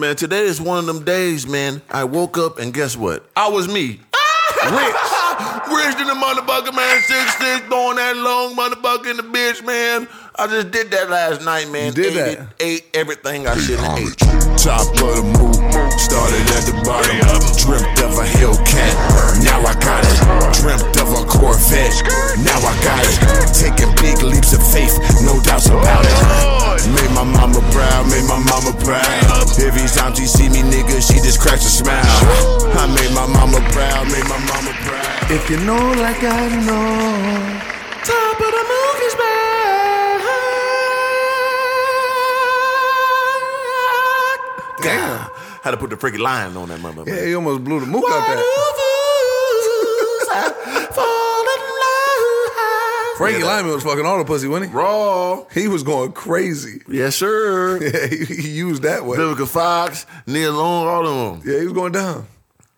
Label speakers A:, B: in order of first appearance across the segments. A: man. Today is one of them days, man. I woke up and guess what? I was me. Rich. Rich in the motherfucker, man. Six six, throwing that long motherfucker in the bitch, man. I just did that last night, man.
B: You did
A: ate, it-
B: that. Oh,
A: ate everything I shouldn't have ate.
C: Top of the move, started at the bottom. Dreamt of a Hellcat, now I got it. Dreamt of a Corvette, now I got it. Taking big leaps of faith, no doubts about it. Made my mama proud, made my mama proud. Every time she see me, nigga, she just cracks a smile. I made my mama proud, made my mama proud.
B: If you know like I know.
A: Top of the movies, back. Damn. Had to put the freaking lion on that motherfucker.
B: Yeah, he almost blew the mook out that. Frankie Lyman was fucking all the pussy, wasn't he?
A: Raw.
B: He was going crazy.
A: Yes, sir.
B: Yeah, he, he used that way.
A: Vivica Fox, Neil Long, all of them.
B: Yeah, he was going down.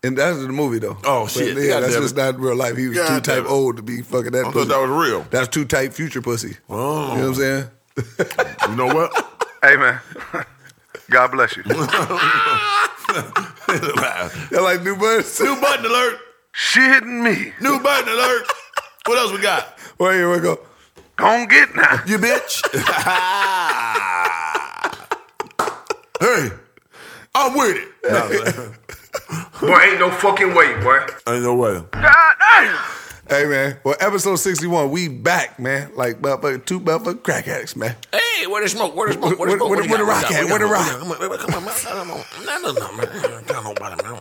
B: And that's in the movie though.
A: Oh, shit.
B: But,
A: God
B: yeah, that's
A: damn
B: just
A: it.
B: not real life. He was
A: God
B: too
A: damn
B: type
A: it.
B: old to be fucking that
A: I
B: pussy.
A: thought that was real.
B: that's too type future pussy.
A: Oh.
B: You know what I'm saying?
A: You know what?
D: Hey, man. God bless you.
B: They're like new buds.
A: New button alert.
D: she hitting me.
A: New button alert. What else we got?
B: Wait, here we go.
D: Don't get now.
A: You bitch. hey, I'm with it.
D: Boy, ain't no fucking way, boy.
A: Ain't no way.
D: God damn.
B: Hey man, well episode sixty one, we back man, like motherfucking two motherfucking crack addicts man.
A: Hey, where the smoke? Where the smoke? Where the
B: Where-
A: smoke?
B: where-
A: What
B: where the
A: we got?
B: rock at?
A: What we
B: Where
A: got?
B: the
A: What we got? Come on, man. Come on. No, no, no, man. I don't got nobody, man.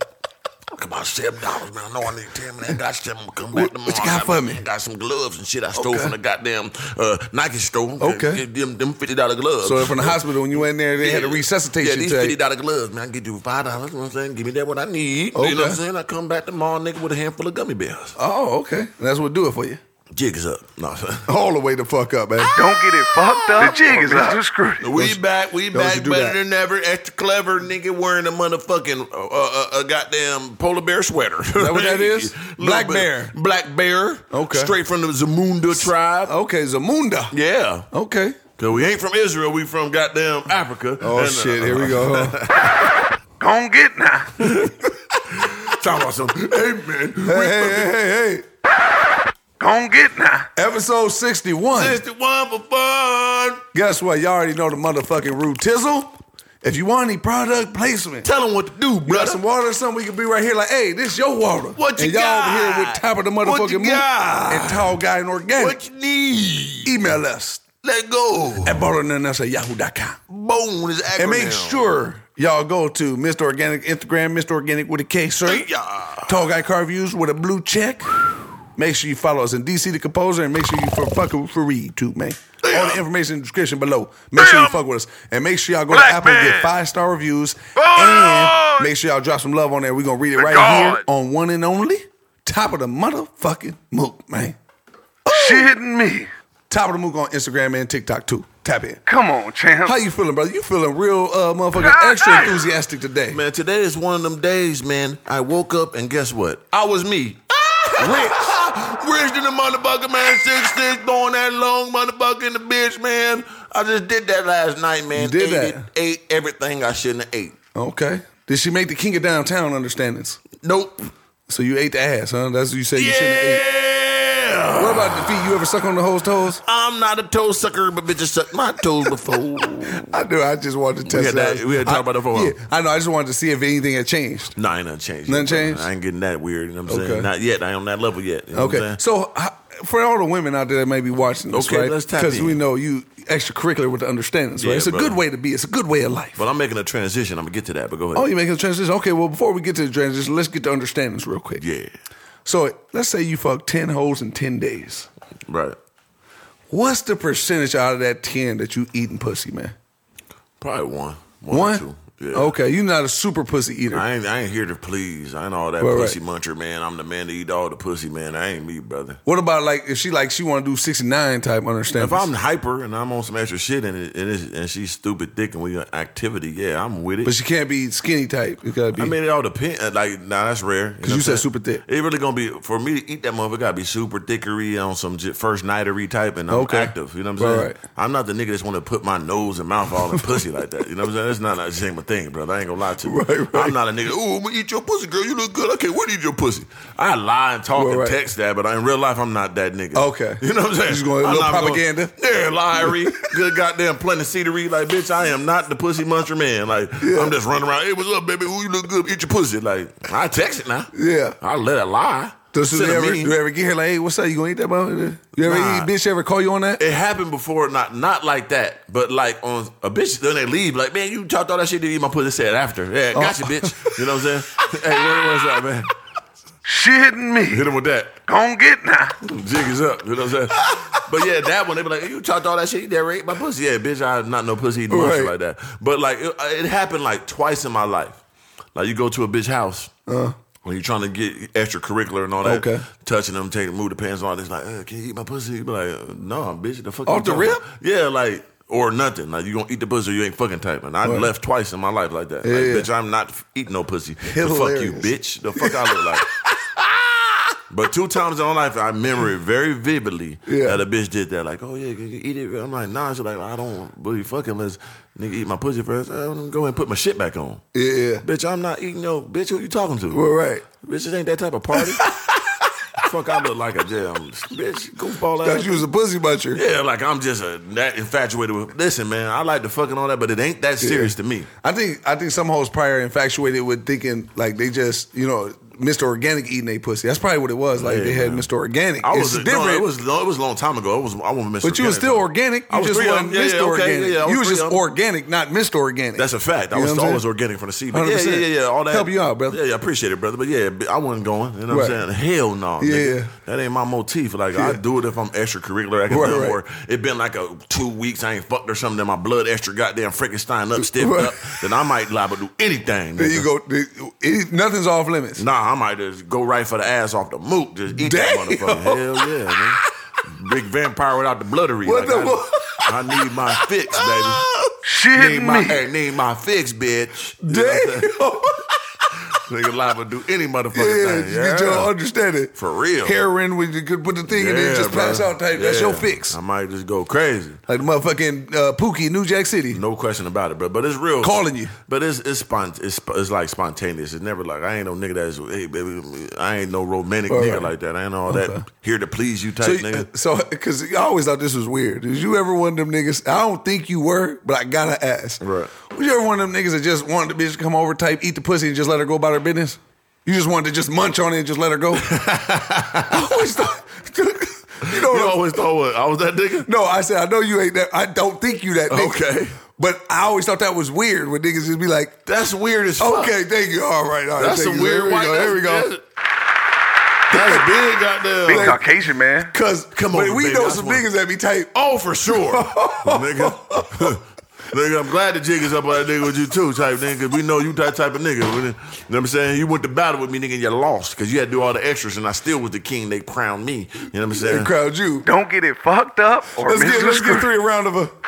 A: Talk about seven dollars, man. I know I need ten, man. I got seven. Come back
B: What-
A: tomorrow.
B: what you got
A: I
B: for me?
A: Got some gloves and shit I stole
B: Okay.
A: from the goddamn uh, Nike store.
B: Okay.
A: Get them, them fifty dollar gloves.
B: So from the hospital when you went in there, they had a
A: Yeah.
B: resuscitation
A: Yeah, these
B: tag.
A: fifty dollar gloves, man. I can get you five dollars. You know what I'm saying? Give me that what I need. You know what
B: Okay.
A: I'm saying? I come back tomorrow, nigga, with a handful of gummy bears.
B: Oh, okay. And that's what do it for you.
A: Jigs up. No.
B: All the way the fuck up, man.
A: Ah!
D: Don't get it fucked up. The jig is up. Too screwed.
A: We back, we
B: don't you
A: back,
B: do
A: better
B: that.
A: than ever. Extra clever nigga wearing a motherfucking uh, uh, uh, goddamn polar bear sweater. Is
B: that what that is? Black bear.
A: black bear.
B: Okay.
A: straight from the Zamunda tribe.
B: Okay, Zamunda.
A: Yeah,
B: Okay.
A: cause we ain't from Israel. We from goddamn Africa.
B: Oh
A: And, uh,
B: shit, here we go. huh?
D: Don't get now.
A: Talking about some. Hey man,
B: hey, hey, hey, hey, hey.
D: Don't get now.
B: Episode 61.
A: sixty-one for fun.
B: Guess what? Y'all already know the motherfucking root tizzle. If you want any product placement,
A: Tell them what to do,
B: you got
A: brother.
B: some water or something, we can be right here like, hey, this your water.
A: What you
B: and y'all over
A: got?
B: here with top of the
A: What you
B: motherfucking moon
A: got?
B: and tall guy and organic.
A: What you need?
B: Email us
A: Let go.
B: at bottleness at yahoo.com.
A: Bone is acronym.
B: And make sure y'all go to Mr. Organic Instagram, Mr. Organic with a K, sir.
A: Yeah.
B: Tall Guy Car Reviews with a blue check. Make sure you follow us in DC the Composer and make sure you for fucking free too, man. All
D: uh,
B: the information in the description below. Make sure you
D: Damn.
B: fuck with us. And make sure y'all go
D: Black
B: to Apple and
D: man.
B: get five star reviews.
D: Oh,
B: and
D: Lord.
B: make sure y'all drop some love on there. We're gonna read it right
D: God.
B: here on one and only. Top of the motherfucking mook, man.
D: She hitting me.
B: Top of the mook on Instagram and TikTok too. Tap in.
D: Come on, champ.
B: How you feeling, brother? You feeling real uh motherfucking
D: God
B: extra
D: damn.
B: enthusiastic today.
A: Man, today is one of them days, man. I woke up and guess what? I was me. Rich. Rich in the motherfucker, man. Six six, throwing that long motherfucker in the bitch, man. I just did that last night, man.
B: You did
A: ate
B: that.
A: it- ate everything I shouldn't have ate.
B: Okay. Did she make the king of downtown understandings?
A: Nope.
B: So you ate the ass, huh? That's what you say you shouldn't have ate.
A: Yeah.
B: What about the feet? You ever suck on the hoes' toes?
A: I'm not a toe sucker, but bitches sucked my toes before.
B: I do. I just wanted to test
A: had that- we had talked
B: I-
A: about that for a while.
B: Yeah, I know. I just wanted to see if anything had changed.
A: nah, ain't nothing changed.
B: Nothing changed?
A: I ain't getting that weird. You know what I'm
B: Okay.
A: saying? Not yet. I ain't on that level yet. You know what I'm
B: Okay.
A: saying?
B: So h- for all the women out there that may be watching this,
A: Okay,
B: right?
A: let's tap
B: Because
A: in.
B: we know you extracurricular with the understandings, right?
A: Yeah,
B: it's a
A: brother.
B: good way to be. It's a good way of life.
A: but I'm making a transition. I'm gonna get to that. But go ahead.
B: Oh, you making a transition? Okay. Well, before we get to the transition, let's get the understandings real quick.
A: yeah.
B: So let's say you fuck ten hoes in ten days.
A: Right.
B: What's the percentage out of that ten that you eating pussy, man?
A: Probably one. One? or
B: One.
A: two. Yeah.
B: Okay. You're not a super pussy eater.
A: I ain't, I ain't here to please. I ain't all that
B: Right, right.
A: pussy muncher, man. I'm the man to eat all the pussy, man. I ain't me, brother.
B: What about like if she like she want to do sixty nine type
A: If
B: understandings?
A: I'm hyper and I'm on some extra shit and it, and, it's, and she's stupid thick and we got activity, yeah, I'm with it.
B: But she can't be skinny type. It gotta be.
A: I mean, it all depends. Like, nah, that's rare. Because
B: you said super thick.
A: It really gonna be for me to eat that motherfucker. Gotta be super thickery on some j- first nightery type, and I'm
B: Okay.
A: active. You know what I'm
B: Right,
A: saying?
B: right.
A: I'm not the nigga that's want to put my nose and mouth all in pussy like that. You know what I'm saying? That's not that ain't my thing. thing, brother. I ain't gonna lie to you.
B: Right, right.
A: I'm not a nigga. Ooh, I'm gonna eat your pussy, girl. You look good. I can't wait to eat your pussy. I lie and talk
B: Right,
A: and
B: right.
A: text that, but in real life, I'm not that nigga.
B: Okay.
A: You know what I'm saying?
B: You just gonna-
A: I'm
B: little
A: not gonna-
B: propaganda?
A: yeah, liary. good goddamn planetacetery. Like, bitch, I am not the pussy muncher man. Like, I'm just running around. Hey, what's up, baby? Ooh, you look good. Eat your pussy. Like, I text it now.
B: Yeah.
A: I let it lie.
B: Does it
A: Instead of
B: ever,
A: me.
B: you ever get here like, hey, what's up? You gonna eat that motherfucker? You ever
A: Nah.
B: eat, bitch, ever call you on that?
A: it happened before, not not like that, but like on a bitch. Then they leave, like man, you talked all that shit to eat my pussy. Said after, yeah, gotcha, bitch. You know what I'm saying? hey, what, what's up, man?
D: She hitting me.
A: Hit him with that.
D: Don't get now.
A: Jig is up. You know what I'm saying? but yeah, that one they be like, you talked all that shit. You never ate my pussy. Yeah, bitch, I not no pussy eating monster
B: Right.
A: like that. But like, it, uh, it happened like twice in my life. Like you go to a bitch house. When you're trying to get extracurricular and all that,
B: Uh-huh. Okay.
A: touching them, taking move the pants on, it's like, uh, can you eat my pussy? You be like, uh, no, bitch, the fuck.
B: Off
A: you
B: the
A: talking
B: rip?
A: about? Yeah, like or nothing. Like you gonna eat the pussy, or you ain't fucking typing. I left twice in my life like that. Like,
B: Yeah.
A: bitch, I'm not f- eating no pussy. The
B: Hilarious.
A: fuck you, bitch. The fuck I look like. But two times in my life, I remember it very vividly
B: Yeah.
A: that a bitch did that. Like, oh yeah, you can eat it. I'm like, nah. She's like, I don't really fuck unless nigga eat my pussy first. I'm go and put my shit back on.
B: Yeah, yeah.
A: Bitch, I'm not eating no. Bitch, who you talking to?
B: Well, right.
A: Bitch, this ain't that type of party. Fuck, I look like a damn bitch goofball
B: Thought
A: ass.
B: you was a pussy butcher.
A: yeah, like I'm just a, that infatuated with. Listen, man, I like the fucking all that, but it ain't that serious to me.
B: I think I think some hoes probably are infatuated with thinking like they just you know Mr. Organic eating they pussy. That's probably what it was. Like
A: Yeah,
B: they had
A: man.
B: Mr. Organic.
A: I was
B: it's
A: no,
B: different.
A: it was no, it was a long time ago. I was I wasn't Mr.
B: but you was
A: Organic.
B: still organic.
A: I
B: You
A: was
B: just
A: three of
B: wasn't
A: them. Yeah,
B: Mr.
A: yeah, okay,
B: organic.
A: yeah, yeah, I was
B: you was
A: three
B: just
A: of them.
B: organic, not Mr. Organic.
A: That's a fact. I
B: You know
A: was
B: what I'm
A: always
B: saying?
A: organic from the seed. But yeah,
B: 100%.
A: yeah, yeah, yeah. All that
B: Help you out, brother.
A: Yeah, yeah, I appreciate it, brother. But yeah, I wasn't going. You know what
B: Right.
A: I'm saying? Hell no.
B: Yeah.
A: Nigga. That ain't my motif. Like I do it if I'm extracurricular. I can
B: Right,
A: do
B: right.
A: it, or it been like a two weeks I ain't fucked or something. Then my blood extra goddamn Frankenstein up, stiffed
B: Right.
A: up. Then I might liable to do anything.
B: There
A: nigga.
B: you go. The- it- nothing's off limits.
A: Nah, I might just go right for the ass off the moot. Just eat
B: Damn.
A: that motherfucker. Hell yeah, man. Big vampire without the bloodery.
B: What
A: Like,
B: the Ah,
A: I- I need my fix, baby.
D: She
A: Need
D: hitting
A: my,
D: me.
A: hey, need my fix, bitch. You know what I'm saying?
B: Damn.
A: Nigga liable to do any motherfucking
B: yeah,
A: thing.
B: you get your understanding.
A: For real.
B: Heroin when you could put the thing in there and
A: Yeah,
B: just pass
A: bro.
B: out type. That's
A: Yeah.
B: your fix.
A: I might just go crazy.
B: Like the motherfucking uh, Pookie, New Jack City.
A: No question about it, bro. But it's real.
B: Calling you.
A: But it's it's spont- it's, sp- it's like spontaneous. It's never like I ain't no nigga that's hey baby. I ain't no romantic
B: All
A: nigga
B: right.
A: like that. I ain't all that here to please you type
B: So,
A: nigga.
B: so, because I always thought this was weird. Did you ever one of them niggas? I don't think you were, but I gotta ask.
A: Right.
B: Was you ever one of them niggas that just wanted the bitch to come over, type, eat the pussy, and just let her go about her business? You just wanted to just munch on it and just let her go. I always thought, you
A: You
B: know, what I'm-
A: always thought what I was that nigga.
B: no, I said I know you ain't that. I don't think you that. Nigga.
A: Okay.
B: But I always thought that was weird when niggas just be like,
A: That's weird as fuck.
B: okay, thank you, all right, all right.
A: that's
B: thank
A: some
B: you.
A: weird.
B: Here we
A: white-
B: go. Here we go.
A: That's, that's big goddamn.
D: Big Caucasian man.
B: Cause
A: Come
B: but
A: over,
B: we
A: baby,
B: know
A: I
B: some
A: just wanna-
B: niggas that be type.
A: Oh, for sure, nigga. nigga, I'm glad the jig is up on that nigga with you too, type nigga. Cause we know you that type of nigga. You know what I'm saying? You went to battle with me, nigga, and you lost because you had to do all the extras, and I still was the king. They crowned me. You know what I'm
B: They
A: saying?
B: crowd you.
D: Don't get it fucked up or
B: Let's get, let's get
D: misconstrued.
B: three a round of a.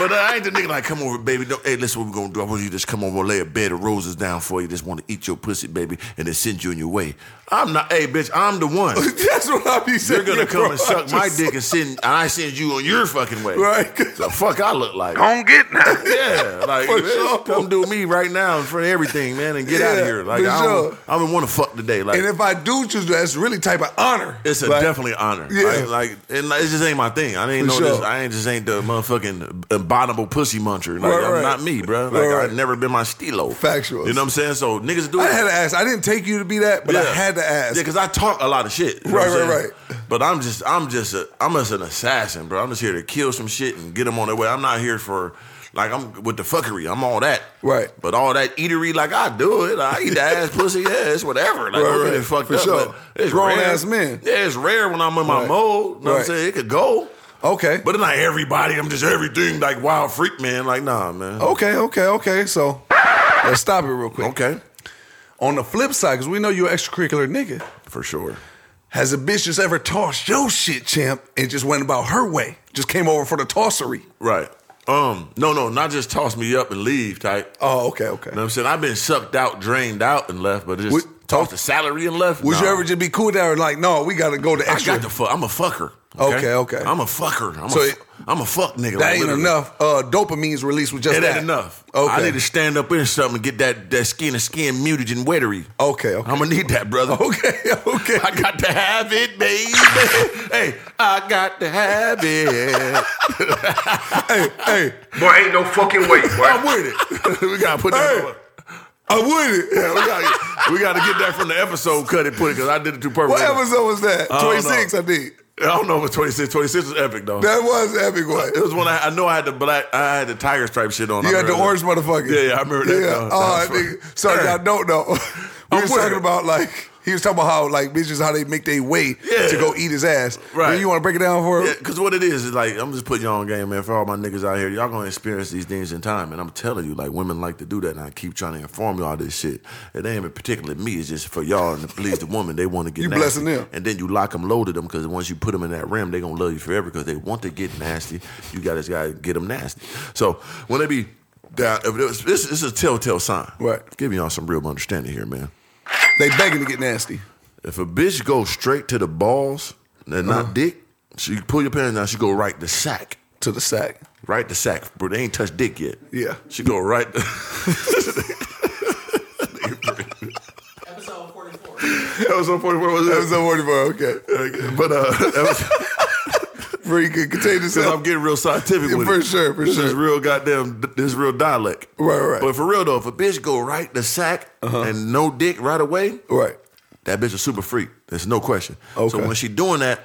A: But uh, I ain't the nigga like, come over, baby. Don't, hey, listen, what we gonna do? I want you to just come over, lay a bed of roses down for you. Just want to eat your pussy, baby, and then send you on your way. I'm not. Hey, bitch, I'm the one.
B: That's what I be saying.
A: You're gonna come
B: bro.
A: and suck my
B: I just-
A: dick and send. And I send you on your fucking way.
B: Right.
A: The fuck I look like?
D: Don't get now.
A: Yeah, like
B: For
A: man,
B: sure.
A: come do me right now in front of everything, man, and get out
B: Yeah,
A: of here. Like
B: for
A: I don't,
B: sure.
A: I don't want to fuck today. Like
B: And if I do choose to, that's really type of honor.
A: it's a
B: Like,
A: definitely honor.
B: Yeah.
A: Like, like and like, it just ain't my thing. I didn't know
B: For
A: this.
B: sure.
A: I ain't just ain't the motherfucking abominable pussy muncher. Like
B: Right,
A: I'm
B: right.
A: not me, bro. Like
B: Right, right.
A: I've never been my stilo.
B: Factual.
A: You know what I'm saying? So niggas do
B: I
A: it.
B: had to ask. I didn't take you to be that, but I had to ask.
A: Yeah, because I talk a lot of shit. you know
B: Right,
A: what I'm
B: right,
A: saying? But I'm just, I'm just, a, I'm just an assassin, bro. I'm just here to kill some shit and get them on their way. I'm not here for, like, I'm with the fuckery. I'm all that.
B: Right.
A: But all that eatery, like, I do it. I eat the ass, pussy, yeah, it's whatever. Like,
B: Right,
A: don't get
B: right.
A: it fucked
B: For
A: up.
B: sure.
A: But it's
B: Grown
A: rare.
B: ass men.
A: Yeah, it's rare when I'm in my
B: Right.
A: mode. You know what I'm
B: Right.
A: saying? It could go.
B: okay.
A: But it's not everybody. I'm just everything, like, wild freak, man. Like, nah, man.
B: okay. Okay. Okay. So let's stop it real quick.
A: Okay.
B: On the flip side, because we know you're an extracurricular nigga.
A: For sure.
B: Has a bitch just ever tossed your shit, champ, and just went about her way? Just came over for the tossery.
A: Right. Um, no, no, not just toss me up and leave type.
B: Oh, okay, okay.
A: You know what I'm saying? I've been sucked out, drained out, and left, but just
B: Would-
A: tossed the salary and left.
B: Would
A: Nah.
B: you ever just be cool down and like, no, we gotta go to
A: I
B: extra?
A: got the fuck. I'm a fucker.
B: Okay, okay.
A: I'm a fucker. I'm
B: So
A: a,
B: it-
A: I'm a fuck nigga.
B: That
A: like,
B: ain't
A: literally.
B: enough. Uh, dopamine's release was just
A: It
B: that.
A: ain't enough.
B: Okay.
A: I need to stand up in something and get that, that skin to skin mutagen wettery.
B: Okay, okay.
A: I'm gonna need that, brother.
B: Okay, okay.
A: I got to have it, baby. hey, I got to have it.
B: hey, hey,
D: Boy, ain't no fucking way,
A: I'm
D: boy.
A: with it. we gotta put that.
B: Hey. I'm with
A: Yeah,
B: it.
A: we, gotta, we gotta get that from the episode. Cut it, put it, because I did it too perfect.
B: What episode was that?
A: I don't know.
B: 26, I think.
A: I don't know if it's 26. 26 was epic though.
B: That was epic one.
A: It was when I, I know I had the black, I had the tiger stripe shit on. I
B: You had the
A: remember
B: orange
A: that.
B: motherfucker.
A: Yeah, yeah, I remember that.
B: Yeah.
A: though. That
B: Oh,
A: was
B: I
A: funny.
B: think, sorry,
A: Hey.
B: y'all don't know. We
A: I'm
B: was
A: with
B: talking
A: it.
B: about like he was talking about how like bitches how they make their way
A: Yeah.
B: to go eat his ass.
A: Right.
B: Then you want to break it down for him?
A: Yeah, cause what it is is like I'm just putting y'all on game, man. For all my niggas out here, y'all gonna experience these things in time, and I'm telling you, like women like to do that, and I keep trying to inform y'all this shit. It ain't even particularly me; it's just for y'all and to please the woman. They want to get
B: You
A: nasty.
B: blessing them.
A: and then you lock them, loaded them, because once you put them in that rim, they gonna love you forever because they want to get nasty. You got this guy get them nasty. So when they be down, if it was- this, this is a telltale sign.
B: Right.
A: Give y'all some real understanding here, man.
B: They begging to get nasty.
A: If a bitch goes straight to the balls and not
B: Uh-huh.
A: dick, she pull your pants down, she go right to sack.
B: To the sack.
A: Right to sack, bro. They ain't touched dick yet.
B: Yeah.
A: She go right
E: Episode 44.
A: episode 44 was
B: That was over for okay.
A: But uh that was
B: Very good. Contain
A: because
B: yourself.
A: I'm getting real scientific
B: Yeah,
A: with
B: for
A: it.
B: sure, for
A: this
B: sure.
A: is real goddamn this is real dialect.
B: Right, right. Uh-huh.
A: But for real though, if a bitch go right to sack and no dick right away,
B: Right.
A: that bitch is super freak. There's no question.
B: Okay.
A: So when she doing that,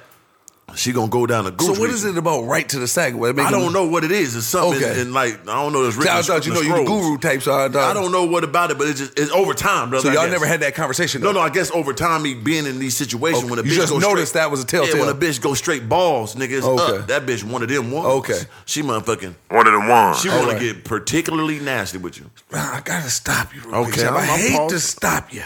A: she gonna go down the
B: So
A: gooch.
B: what is it about right to the sack? What make
A: I
B: them-
A: don't know what it is. It's something
B: Okay.
A: and like I don't know. It's
B: See,
A: written
B: I
A: in
B: thought you know
A: the
B: you the
A: scrolls.
B: guru type, so I thought
A: I don't know what about it, but it's just it's over time, brother.
B: So
A: I
B: y'all
A: guess.
B: never had that conversation.
A: No, no.
B: though?
A: I guess over time, me being in these situations
B: Okay.
A: when a bitch
B: You just
A: go
B: noticed
A: straight-
B: that was a
A: Yeah,
B: telltale.
A: when a bitch go straight balls, nigga, it's
B: Okay.
A: up. That bitch one of them ones.
B: Okay.
A: she motherfucking.
C: One of the ones.
A: She want
B: Alright.
A: to get particularly nasty with you.
B: Man, I gotta stop you.
A: Okay,
B: Okay, I
A: I'm- I'm
B: hate
A: paused.
B: to stop you,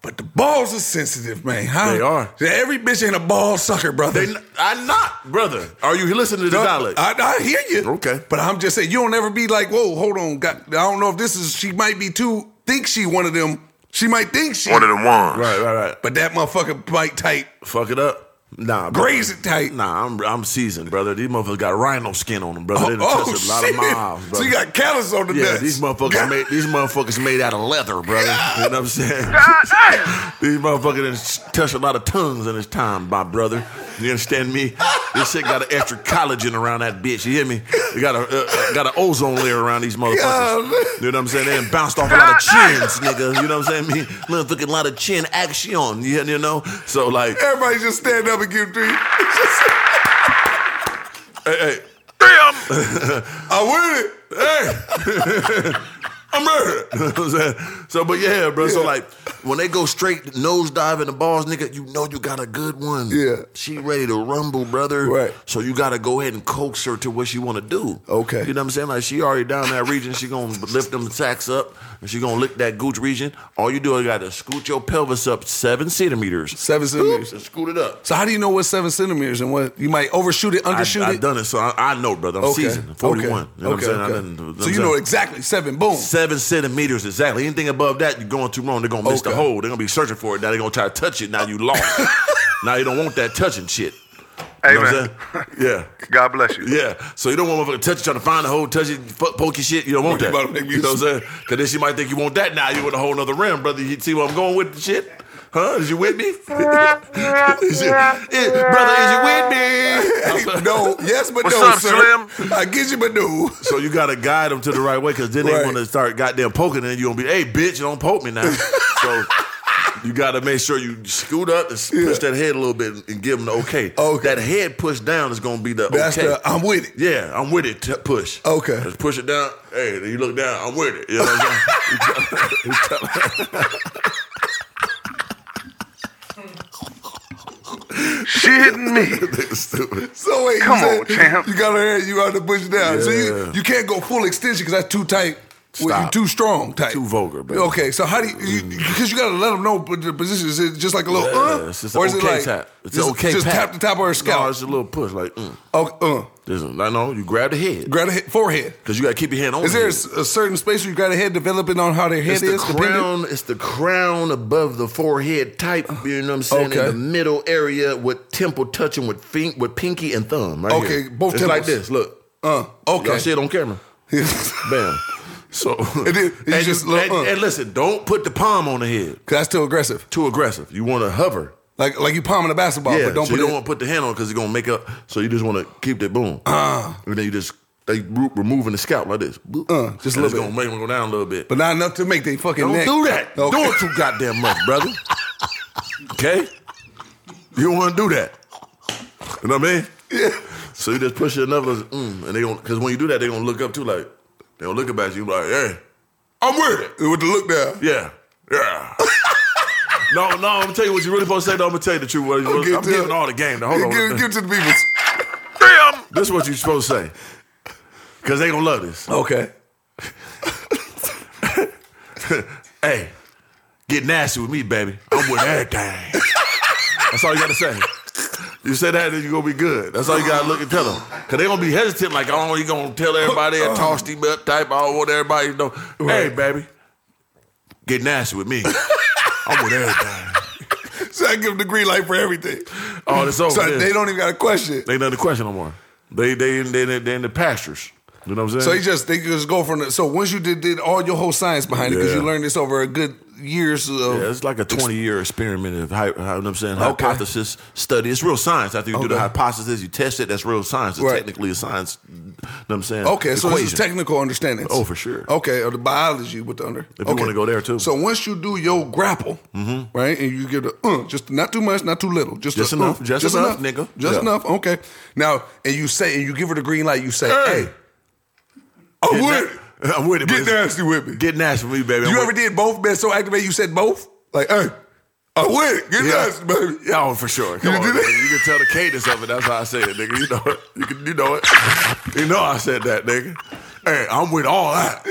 B: but the balls are sensitive, man. Huh?
A: They are.
B: Yeah, Every bitch ain't a ball sucker, brother.
A: They, n- I not, brother. Are you listening to the
B: No,
A: dialect?
B: I, I hear you.
A: Okay.
B: but I'm just saying you don't ever be like, whoa, hold on. God, I don't know if this is. She might be too. Think she one of them. She might think she.
C: One of the ones.
A: right, right, right.
B: But that motherfucker bite tight,
A: Fuck it up. Nah, bro.
B: graze it tight.
A: Nah, I'm I'm seasoned, brother. These motherfuckers got rhino skin on them, brother. they done
B: oh
A: touched
B: shit!
A: a lot of miles, brother.
B: so you got callus on the
A: Yeah,
B: nuts.
A: these motherfuckers made these motherfuckers made out of leather, brother. You know what I'm saying? these motherfuckers done touched a lot of tongues in his time, my brother. You understand me? This shit got an extra collagen around that bitch. You hear me? It got a uh, got an ozone layer around these motherfuckers.
B: Yeah, man.
A: you know what I'm saying? They done bounced off a lot of chins, nigga. You know what I'm saying? Me motherfucking lot of chin action. You, you know? So like,
B: Everybody just stand up and give three.
A: hey,
C: Damn.
B: I win
A: hey, hey.
B: it.
A: I'm murdered. You know what I'm saying? So, but yeah, bro. So,
B: Yeah.
A: like, when they go straight nose dive in the balls, nigga, you know you got a good one.
B: Yeah.
A: She ready to rumble, brother.
B: Right.
A: So you got to go ahead and coax her to what she want to do.
B: Okay.
A: You know what I'm saying? Like, she already down that region. She going to lift them sacks up and she going to lick that gooch region. All you do is got to scoot your pelvis up seven centimeters.
B: Seven centimeters.
A: And scoot it up.
B: So how do you know what's seven centimeters and what you might overshoot it,
A: I,
B: undershoot
A: I've
B: it?
A: done it, so I, I know, brother. I'm seasoned. 41. You know
B: okay,
A: what I'm saying? I
B: okay.
A: done- you know what
B: so
A: I'm
B: you know
A: saying?
B: exactly seven. Boom.
A: Seven centimeters exactly. Anything above that, you're going too wrong. They're gonna miss the
B: Okay.
A: hole. They're gonna be searching for it. Now they're gonna try to touch it. Now you lost. now you don't want that touching shit. You know what I'm
D: Amen.
A: saying?
D: God bless you.
A: Yeah, yeah. So you don't want motherfucker to touch it, trying to find the hole, touch it, fuck, poke your shit. You don't want
B: You
A: that.
B: about to make me-
A: You know what I'm saying? Because then she might think you want that. Now you want a whole nother rim, brother. You see where I'm going with the shit? Huh? Is you with me? is you, is- brother, is you with me?
B: no. Yes, but
C: What's
B: no,
C: up,
B: sir. I get you, but no.
A: So you gotta guide them to the right way, because then they
B: Right.
A: want to start goddamn poking, and you gonna be, hey, bitch, don't poke me now. so you gotta make sure you scoot up and s- push that head a little bit and give them the okay.
B: Okay.
A: that head push down is gonna be the
B: That's
A: okay.
B: the I'm with it.
A: yeah, I'm with it. T- push.
B: Okay.
A: Just push it down. Hey, then you look down. I'm with it. You know what I'm saying?
D: She hitting me.
A: Nigga stupid.
B: So wait,
D: Come
B: you
D: on, champ.
B: You got her hair, you out to push it down. So
A: Yeah.
B: you you can't go full extension because that's too tight. Well,
A: Stop.
B: you too strong type.
A: Too vulgar, baby.
B: Okay, so how do you, because you, gotta let them know but the position. Is it just like a little,
A: Yeah,
B: uh?
A: it's just an okay tap. It's
B: just,
A: an okay
B: just
A: pat.
B: tap the top of her
A: No,
B: scalp?
A: it's a little push, like, mm.
B: Oh, uh.
A: This is, I know you grab the head
B: Grab a he- forehead.
A: because you got to keep your hand on.
B: Is
A: the
B: there a
A: head.
B: s- a certain space where you got a head developing on how their head
A: It's the
B: is? depending?
A: crown. It's the crown above the forehead type. You know what I'm saying?
B: Okay.
A: In the middle area with temple touching with fin- with pinky and thumb. Right
B: Okay,
A: here.
B: both
A: It's like
B: temples.
A: this. Look.
B: Uh, okay.
A: Y'all see it on camera. Bam. So
B: And then you
A: and,
B: just
A: you-
B: look,
A: and-
B: uh.
A: and listen, don't put the palm on the head.
B: 'Cause that's too aggressive.
A: Too aggressive. You want to hover.
B: Like like you palming a basketball,
A: yeah,
B: Uh, but don't
A: so
B: put
A: you
B: it.
A: don't want to put the hand on because it's gonna make up. So you just want to keep that boom, and then you just they re- removing the scalp like this. Boop.
B: Uh, just a
A: And
B: little
A: it's
B: bit.
A: gonna make them go down a little bit.
B: but not enough to make they fucking
A: Don't
B: neck.
A: do that.
B: Okay.
A: Do it too goddamn much, brother. okay? You don't want to do that. You know what I mean? Yeah. So you just push it another, mm, and they gonna because when you do that, they gonna look up too, like they gonna look up at you like, hey, I'm with it.
B: With the look down.
A: Yeah, yeah. no, no, I'm gonna tell you what you really supposed to say. though. I'm gonna tell you the truth. What you supposed-
B: Okay,
A: I'm
B: tell-
A: giving all the game. Now, hold on.
B: Give, give it to the people.
A: Damn. This is what you're supposed to say. Cause they gonna love this.
B: Okay.
A: Hey, get nasty with me, baby. I'm with everything. That's all you gotta say. You say that, then you gonna be good. That's all you gotta look and tell them. Cause they gonna be hesitant, like, oh, you gonna tell everybody
B: Uh.
A: a toss them up type. I don't want everybody to know. Hey, baby, get nasty with me. I'm with everything.
B: So I give them the green light for everything.
A: Oh, that's over.
B: So
A: with.
B: they don't even got a question.
A: They ain't nothing to question no more. They they they they, they in the pastures. You know what I'm saying?
B: So you just they just go from the, so once you did, did all your whole science behind it because
A: Yeah.
B: you learned this over a good years of
A: Yeah, it's like a 20 year experiment of hy- how, you know what I'm saying,
B: Okay.
A: hypothesis study. It's real science. After you do the
B: Okay.
A: hypothesis, you test it. That's real science. It's
B: Right.
A: technically a science. You know what I'm saying?
B: Okay, so this is
A: Equation.
B: technical understanding.
A: Oh, for sure.
B: Okay, or the biology with the under.
A: If you
B: okay.
A: wanna go there, too. Mm-hmm.
B: So once you do your grapple, right, and you give the uh, just not too much, not too little, just
A: Just
B: a, uh,
A: enough, just enough, nigga.
B: just
A: Yeah.
B: enough. Okay. Now, and you say, and you give her the green light. You say,
A: Hey.
B: hey, I'm
A: Get
B: with it.
A: na- I'm with it.
B: Get
A: but it's-
B: nasty with me.
A: Get nasty with me, baby. I'm
B: You
A: with
B: ever
A: it.
B: did both? Been so activated, you said both. Like, hey, I'm with it. Get
A: Yeah.
B: nasty, baby.
A: Yeah, oh, for sure. Come
B: You
A: on,
B: did it?
A: nigga. You can tell the cadence of it. That's how I say it, nigga. You know it. You can. You know it. You know I said that, nigga. Hey, I'm with all that.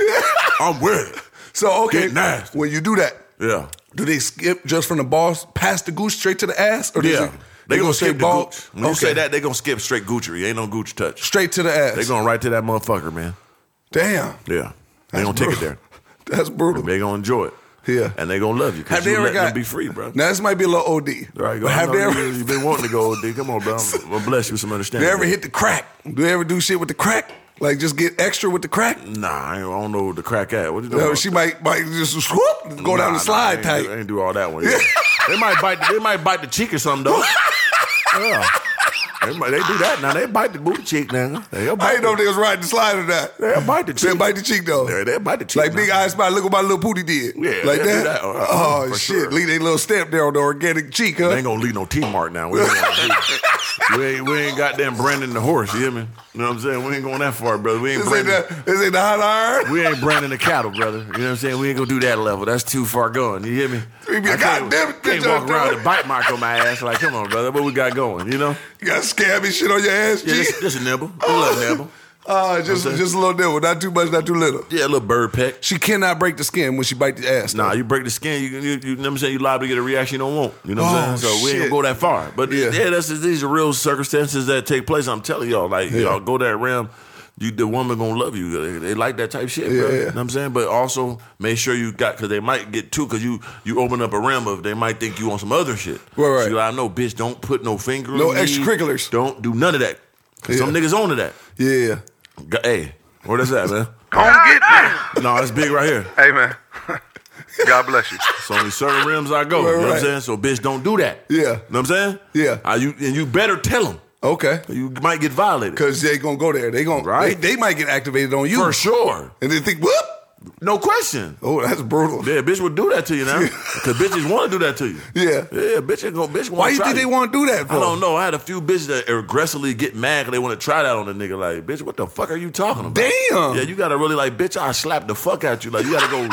A: I'm with it.
B: So okay,
A: Get nasty.
B: when you do that,
A: Yeah.
B: do they skip just from the balls past the goose straight to the ass, or does
A: Yeah.
B: it-
A: They, gonna, skip
B: skip
A: the
B: ball?
A: Gooch. When you say that, they gonna skip straight Gucci. Ain't no Gucci touch.
B: straight to the ass.
A: They going right to that motherfucker, man.
B: Damn.
A: Yeah. They gonna take it there.
B: That's brutal.
A: They gonna enjoy it.
B: Yeah.
A: And they gonna love you because
B: Have they
A: you
B: ever
A: let
B: got
A: them be free, bro.
B: Now this might be a little OD.
A: All right, go.
B: but
A: I
B: have
A: know
B: they
A: you-
B: ever,
A: You've been wanting to go, dude. Come on, bro. I'm gonna bless you with some
B: they
A: understanding.
B: ever
A: bro.
B: hit the crack? Do they ever do shit with the crack? Like just get extra with the crack?
A: Nah, I ain't- I don't know what the crack at. What you doing?
B: No, she might might just whoop, go down the slide
A: I ain't,
B: tight.
A: do- I ain't do all that one. yeah. they might bite. The, they might bite the cheek or something though. yeah. They, might, they do that now. They bite the booty cheek now. They'll bite
B: I ain't know if
A: the,
B: they was riding the slide or not.
A: They'll bite the cheek.
B: They bite the cheek though.
A: They- They'll bite the cheek.
B: Like
A: now.
B: big eyes spot, look what my little pooty did.
A: Yeah,
B: like
A: they'll do
B: that.
A: that. Uh,
B: Oh
A: for
B: shit,
A: sure.
B: leave they little stamp there on the organic cheek, huh?
A: They ain't gonna leave no T Mark now. We ain't, gonna do- we ain't, we ain't goddamn branding the horse. You hear me? You know what I'm saying? We ain't going that far, brother. We ain't
B: This ain't,
A: branding.
B: the, this ain't the hot iron.
A: We ain't branding the cattle, brother. You know what I'm saying? We ain't gonna do that level. That's too far going. You hear me?
B: We be
A: I can't,
B: like, "God damn it,
A: can't
B: bitch,
A: walk
B: I'm
A: around
B: doing
A: with a
B: it."
A: bite mark on my ass. Like, come on, brother. What we got going? You know?
B: You got scab and shit on your ass
A: Yeah,
B: cheek.
A: just, just a nibble. A little nibble.
B: Uh, just
A: Okay.
B: just a little nibble, not too much, not too little.
A: Yeah, a little bird peck.
B: She cannot break the skin when she bite the ass.
A: Nah,
B: though.
A: you break the skin, you, you, you know what I'm saying? You liable to get a reaction you don't want. You know what I'm
B: Oh,
A: saying? So we ain't
B: shit.
A: gonna go that far. But yeah,
B: Yeah.
A: that's these are real circumstances that take place. I'm telling y'all, like y'all go that realm, you the woman gonna love you. They, they like that type shit, bro.
B: Yeah, yeah.
A: You know what I'm saying? But also make sure you got cause they might get too cause you you open up a realm of they might think you on some other shit.
B: Right, right.
A: So you like, I know, bitch, don't put no finger
B: No
A: on me.
B: extracurriculars.
A: Don't do none of that. 'Cause some
B: Yeah.
A: niggas onto that.
B: Yeah.
A: G- Hey, where that's at, man?
D: Don't get me.
A: no, it's big right here.
D: Hey, man. God bless you.
A: So only certain rims I go.
B: Right,
A: you know what I'm
B: right.
A: saying? So bitch, don't do that.
B: Yeah.
A: You know what I'm saying?
B: Yeah.
A: Uh, you, and you better tell them.
B: Okay.
A: You might get violated.
B: Cause they gonna go there. They gonna
A: Right.
B: they, they might get activated on you.
A: For sure.
B: And they think, whoop.
A: No question.
B: Oh, that's brutal.
A: Yeah, bitch would do that to you now. Cause bitches want to do that to you.
B: Yeah.
A: Yeah, bitch ain't gonna bitch.
B: Why you think they
A: want?
B: wanna do that for?
A: I don't know. I had a few bitches that aggressively get mad because they want to try that on a nigga. Like, bitch, what the fuck are you talking about?
B: Damn.
A: Yeah, you gotta really like, bitch, I slap the fuck out you. Like, you gotta go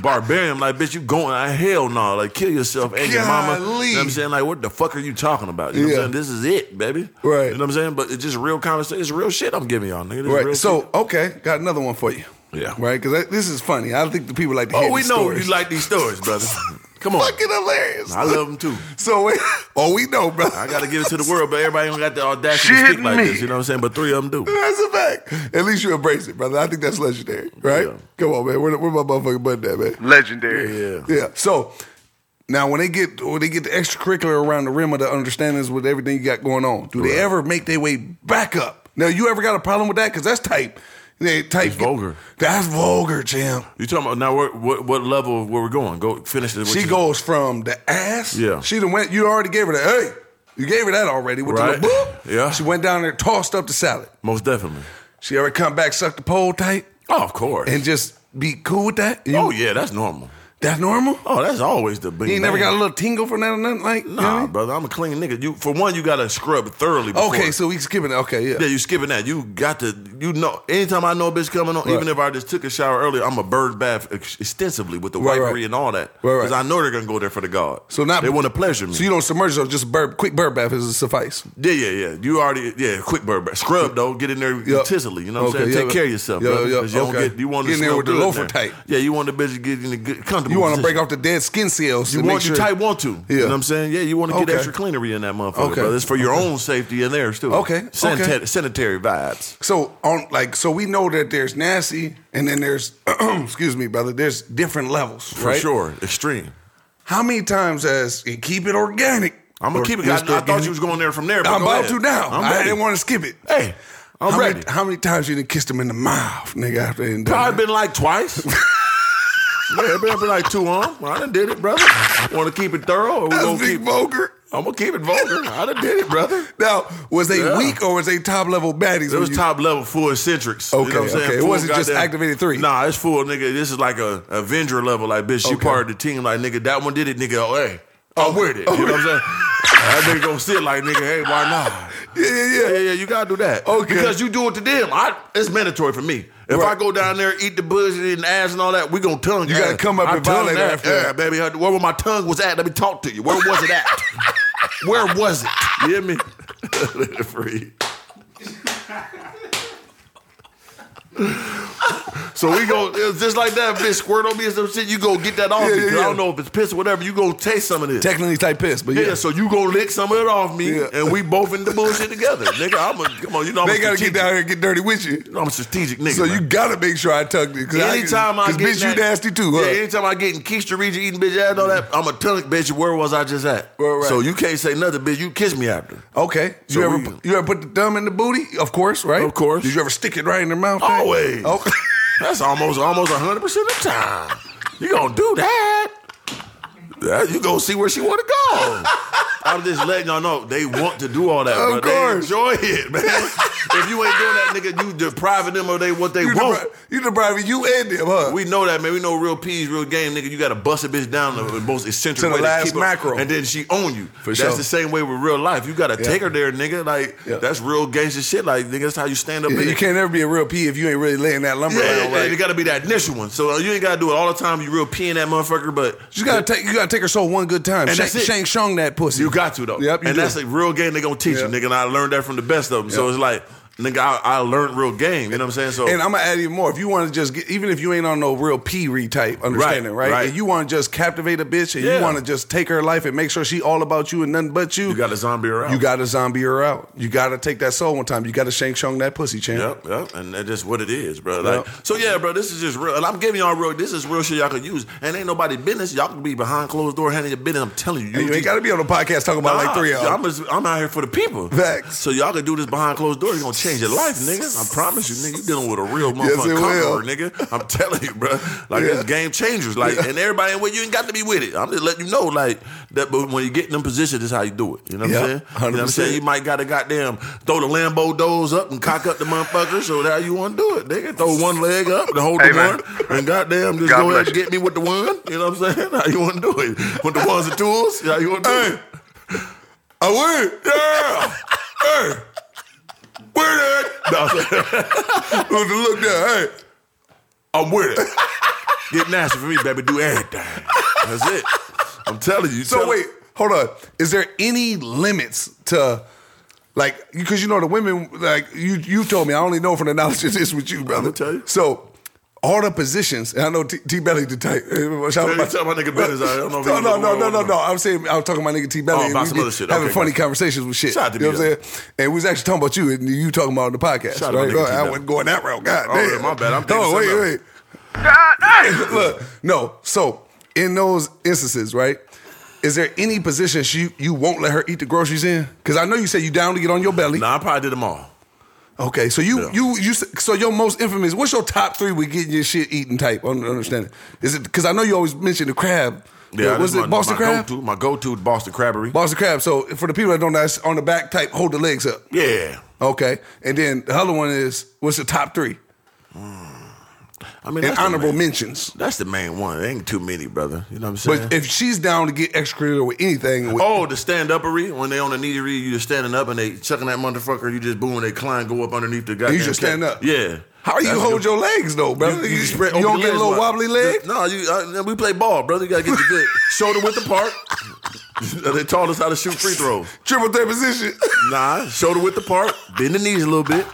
A: barbarian. Like, bitch, you going? I hell no. Like, kill yourself and your mama. You know
B: Golly.
A: what I'm saying? Like, what the fuck are you talking about? You know
B: Yeah.
A: what I'm saying? This is it, baby.
B: Right.
A: You know what I'm saying? But it's just real conversation. It's real shit I'm giving y'all, nigga. This is real
B: Right. So,
A: shit.
B: okay, got another one for you.
A: Yeah.
B: Right? Because this is funny. I think the people like to hear
A: oh, we
B: these
A: know
B: stories.
A: you like these stories, brother. Come on.
B: Fucking hilarious.
A: I love him too.
B: So, we- oh, we know, bro.
A: I gotta give it to the world, but everybody don't got the audacity
D: Shit
A: to speak like
D: me.
A: this. You know what I'm saying? But three of them do.
B: That's a fact. At least you embrace it, brother. I think that's legendary, right?
A: Yeah.
B: Come on, man. Where, where my motherfucking button at, man?
D: Legendary.
A: Yeah.
B: Yeah. So now, when they get when they get the extracurricular around the rim of the understandings with everything you got going on, do they ever make their way back up? Now, you ever got a problem with that? Because that's type. They type
A: It's vulgar.
B: That's vulgar, champ.
A: You talking about now? What what, what level of where we're going? Go finish this. what
B: She
A: you-
B: goes from the ass.
A: Yeah.
B: She done went. You already gave her that. Hey, you gave her that already. With
A: Right.
B: the little boop.
A: Yeah.
B: She went down there, tossed up the salad.
A: most definitely.
B: She ever come back, suck the pole tight,
A: Oh, of course.
B: and just be cool with that? You-
A: oh yeah, that's normal.
B: That's normal.
A: Oh, that's always the big.
B: You ain't never got a little tingle from that or nothing like. you know what I
A: Nah,
B: mean?
A: brother, I'm a clean nigga. You for one, you gotta scrub thoroughly. Before.
B: Okay, so we skipping. it. Okay, yeah.
A: yeah, you skipping that. You got to, you know. Anytime I know a bitch coming on, even if I just took a shower earlier, I'm a bird bath ex- extensively with the
B: Right,
A: wipery
B: right.
A: and all that,
B: Right, right.
A: I know they're gonna go there for the god.
B: So not
A: they want to pleasure me.
B: So you don't submerge yourself. Just burp, quick burp bath is suffice.
A: yeah, yeah, yeah. You already, yeah. Quick bird bath, scrub though. Get in there
B: Yep.
A: intensely. You know what I'm
B: Okay,
A: saying?
B: yeah.
A: Take care of yourself,
B: Yeah,
A: brother,
B: yeah,
A: 'cause you don't
B: okay.
A: get, you want
B: Get
A: to
B: in there
A: smell
B: with the
A: good in
B: loafer
A: there.
B: tight.
A: Yeah, you want the bitch to get in a good comfortable.
B: You want to
A: position.
B: break off the dead skin cells.
A: You
B: to
A: want
B: make
A: you
B: sure-
A: type one to.
B: Yeah.
A: You know what I'm saying? Yeah, you want to
B: Okay.
A: get extra cleanery in that motherfucker,
B: Okay.
A: brother. It's for your own safety in there too.
B: Okay.
A: Sanita-
B: Okay.
A: Sanitary vibes.
B: So on like so we know that there's nasty and then there's excuse me, brother. There's different levels,
A: For
B: right?
A: sure. Extreme.
B: How many times has and keep it organic?
A: I'm gonna
B: Or-
A: keep it. I,
B: Mr.
A: I thought
B: Organic.
A: you was going there from there. But
B: I'm
A: go
B: about
A: ahead.
B: to now.
A: I'm
B: I
A: ready.
B: didn't want to skip it.
A: Hey, I'm
B: how
A: ready.
B: Many, how many times you done kissed him in the mouth, nigga? After and done
A: Probably
B: that?
A: been like twice. yeah, it's been, been like two on. Well, I done did it, brother. Want to keep it thorough? Or we gonna
B: That's big
A: keep,
B: vulgar.
A: I'm gonna keep it vulgar. I done did it, brother.
B: Now, was they
A: Yeah.
B: weak or was they top level baddies?
A: It
B: when
A: was
B: you-
A: top level full eccentrics.
B: Okay,
A: you know what I'm saying?
B: okay. It
A: Full
B: wasn't just
A: goddamn-
B: activated three.
A: Nah, it's full, nigga. This is like a Avenger level. Like, bitch, you
B: Okay.
A: part of the team. Like, nigga, that one did it, nigga. Oh, hey. Oh, where did it? You know what I'm saying? that nigga gonna sit like, nigga, hey, why not?
B: Yeah, yeah,
A: Yeah,
B: yeah.
A: yeah, yeah. You gotta do that.
B: Okay.
A: Because you do it to them. I, it's mandatory for me. If
B: Right.
A: I go down there, eat the pussy and ass and all that, we gonna tongue.
B: You gotta
A: ass.
B: come up
A: I
B: and violate
A: tongue ass.
B: after
A: Yeah,
B: that.
A: baby. Where my tongue was at? Let me talk to you. Where was it at? Where was it? You hear me? Free. So we go it's just like that bitch squirt on me and some shit. You go get that off
B: Yeah,
A: me.
B: yeah,
A: 'cause
B: yeah.
A: I don't know if it's piss or whatever. You go taste some of this.
B: Technically type piss, but
A: Yeah,
B: yeah.
A: so you gonna lick some of it off me,
B: Yeah.
A: and we both in the bullshit together, nigga. I'm a come on, you know I'm
B: they
A: a
B: gotta
A: strategic,
B: get down here and get dirty with you.
A: I'm a strategic nigga.
B: So you
A: man.
B: gotta make sure I tugged it. Cause
A: anytime I,
B: Because
A: get
B: bitch,
A: that,
B: you nasty too, huh?
A: Yeah, anytime I get in Keisha region eating bitch ass and all that, I'm a tell it, bitch. Where was I just at?
B: Well, right.
A: So you can't say nothing, bitch. You kiss me after.
B: Okay.
A: So
B: you ever
A: we-
B: you ever put the thumb in the booty? Of course, right?
A: Of course.
B: Did you ever stick it right in their mouth? thing?
A: Always.
B: Okay.
A: That's almost almost 100 percent of the time. You gonna do that? Yeah, you gonna see where she wanna go. I'm just letting y'all know they want to do all that,
B: Of
A: but they
B: course.
A: enjoy it, man. if you ain't doing that, nigga, you depriving them of they what they
B: You
A: want.
B: debri- you depriving you and them, huh?
A: We know that, man. We know real peas, real game, nigga. You gotta bust a bitch down the most eccentric
B: To
A: way
B: the last
A: to keep her-
B: mackerel.
A: and then she own you.
B: For
A: that's
B: sure.
A: the same way with real life. You gotta take her there, nigga. Like
B: Yeah.
A: that's real gangster shit. Like nigga, that's how you stand up.
B: Yeah,
A: in
B: you
A: it.
B: can't ever be a real P if you ain't really laying that lumber
A: Yeah,
B: down
A: yeah, yeah,
B: right.
A: you gotta be that initial one. So uh, you ain't gotta do it all the time. You real peeing that motherfucker, but
B: you gotta take you gotta take her soul one good time.
A: And
B: Shang,
A: that's it.
B: Shang Shung that pussy.
A: you got to though.
B: Yep, you
A: and
B: do.
A: that's a real game they gonna teach
B: Yeah.
A: you, nigga. And I learned that from the best of them. So it's like, nigga, I, I learned real game. You know what I'm saying? So
B: And I'm gonna add even more. If you want to just get, even if you ain't on no real P retype, understanding,
A: Right,
B: right?
A: right.
B: And you want to just captivate a bitch, and you
A: Yeah.
B: want to just take her life and make sure she all about you and nothing but you.
A: you got a zombie around.
B: You got to zombie her out. You got to take that soul one time. You got to Shang Chung that pussy, champ.
A: Yep, yep, and that's just what it is, bro. Like,
B: Yep.
A: so yeah, bro, this is just real. And I'm giving y'all real. This is real shit y'all can use, and ain't nobody business. Y'all can be behind closed door handling your business. I'm telling you,
B: And you
A: just-
B: ain't got to be on the podcast talking about like
A: Nah,
B: three
A: I'm,
B: hours.
A: just- I'm out here for the people.
B: Facts.
A: So y'all can do this behind closed doors. You're gonna change your life, nigga. I promise you, nigga. You dealing with a real
B: Yes,
A: motherfucker,
B: it will.
A: conqueror, nigga. I'm telling you, bro. Like
B: Yeah.
A: it's game changers. Like and everybody with you ain't got to be with it. I'm just letting you know, like that. But when you get in them positions, is how you do it. You know what
B: Yeah,
A: I'm saying? You know what I'm
B: 100%.
A: saying? You might gotta goddamn throw the Lambo doors up and cock up the motherfucker. So that's how you want to do it, nigga? Throw one leg up and hold
D: Hey,
A: the
D: man.
A: one, and goddamn just
D: God
A: go ahead
D: bless
A: and
D: you.
A: get me with the one. You know what I'm saying? How you want to do it? With the ones and tools? How you want to do it?
B: I would.
A: Yeah. hey. Where that?
B: Look, look there. Hey,
A: I'm with it. Get nasty for me, baby. Do everything. That's it. I'm telling you.
B: So
A: Tell-
B: wait, hold on. Is there any limits to like because you know the women like you you told me I only know from the knowledge of this with you, brother.
A: tell you.
B: So all the positions, and I know T, T Belly the type. Shout
A: you tell my nigga Belly's out. I don't know if
B: no,
A: he
B: no,
A: was
B: no,
A: aware
B: no,
A: or
B: no,
A: not.
B: no. I'm saying I was talking to my nigga T Belly.
A: Oh,
B: and
A: about
B: we
A: some
B: get-
A: other shit.
B: Having
A: Okay,
B: funny
A: gotcha.
B: conversations with shit.
A: Shout out to
B: you know what
A: T-Belly.
B: I'm saying? And we was actually talking about you, and you talking about it on the podcast.
A: Shout out to
B: right?
A: my nigga
B: Oh, I
A: T-Belly.
B: wasn't going that route. God
A: Oh,
B: damn.
A: yeah, my bad. I'm thinking
B: No, wait,
A: something
B: wait.
A: else.
D: God damn.
B: Look, no. So in those instances, right? Is there any position she you won't let her eat the groceries in? Because I know you said you down to get on your belly.
A: Nah, I probably did them all.
B: Okay, so you
A: Yeah.
B: you you so your most infamous. What's your top three with getting your shit eaten type? I don't understand it. Is it because I know you always mention the crab? Uh,
A: Yeah,
B: was
A: this
B: it
A: my,
B: Boston
A: my
B: crab?
A: Go-to, my go-to Boston crabbery.
B: Boston crab. So for the people that don't know, that's on the back type. Hold the legs up.
A: yeah,
B: Okay, and then the other one is what's the top three
A: I mean
B: and
A: that's the
B: honorable
A: main-
B: mentions?
A: That's the main one. There ain't too many, brother. You know what I'm saying?
B: But if she's down to get extracurricular with anything, with,
A: Oh, the stand upery when they on the kneedery, you just standing up and they chucking that motherfucker. You just boom and they climb, go up underneath the guy.
B: you just stand up.
A: Yeah.
B: how do you
A: That's
B: hold
A: good.
B: your legs though, brother? You,
A: spread
B: you
A: open
B: don't
A: your
B: get
A: legs
B: a little
A: wide.
B: wobbly leg.
A: No, you. I, we play ball, brother. You gotta get your good shoulder width apart. they taught us how to shoot free throws.
B: Triple threat position.
A: Nah, shoulder width apart, bend the knees a little bit,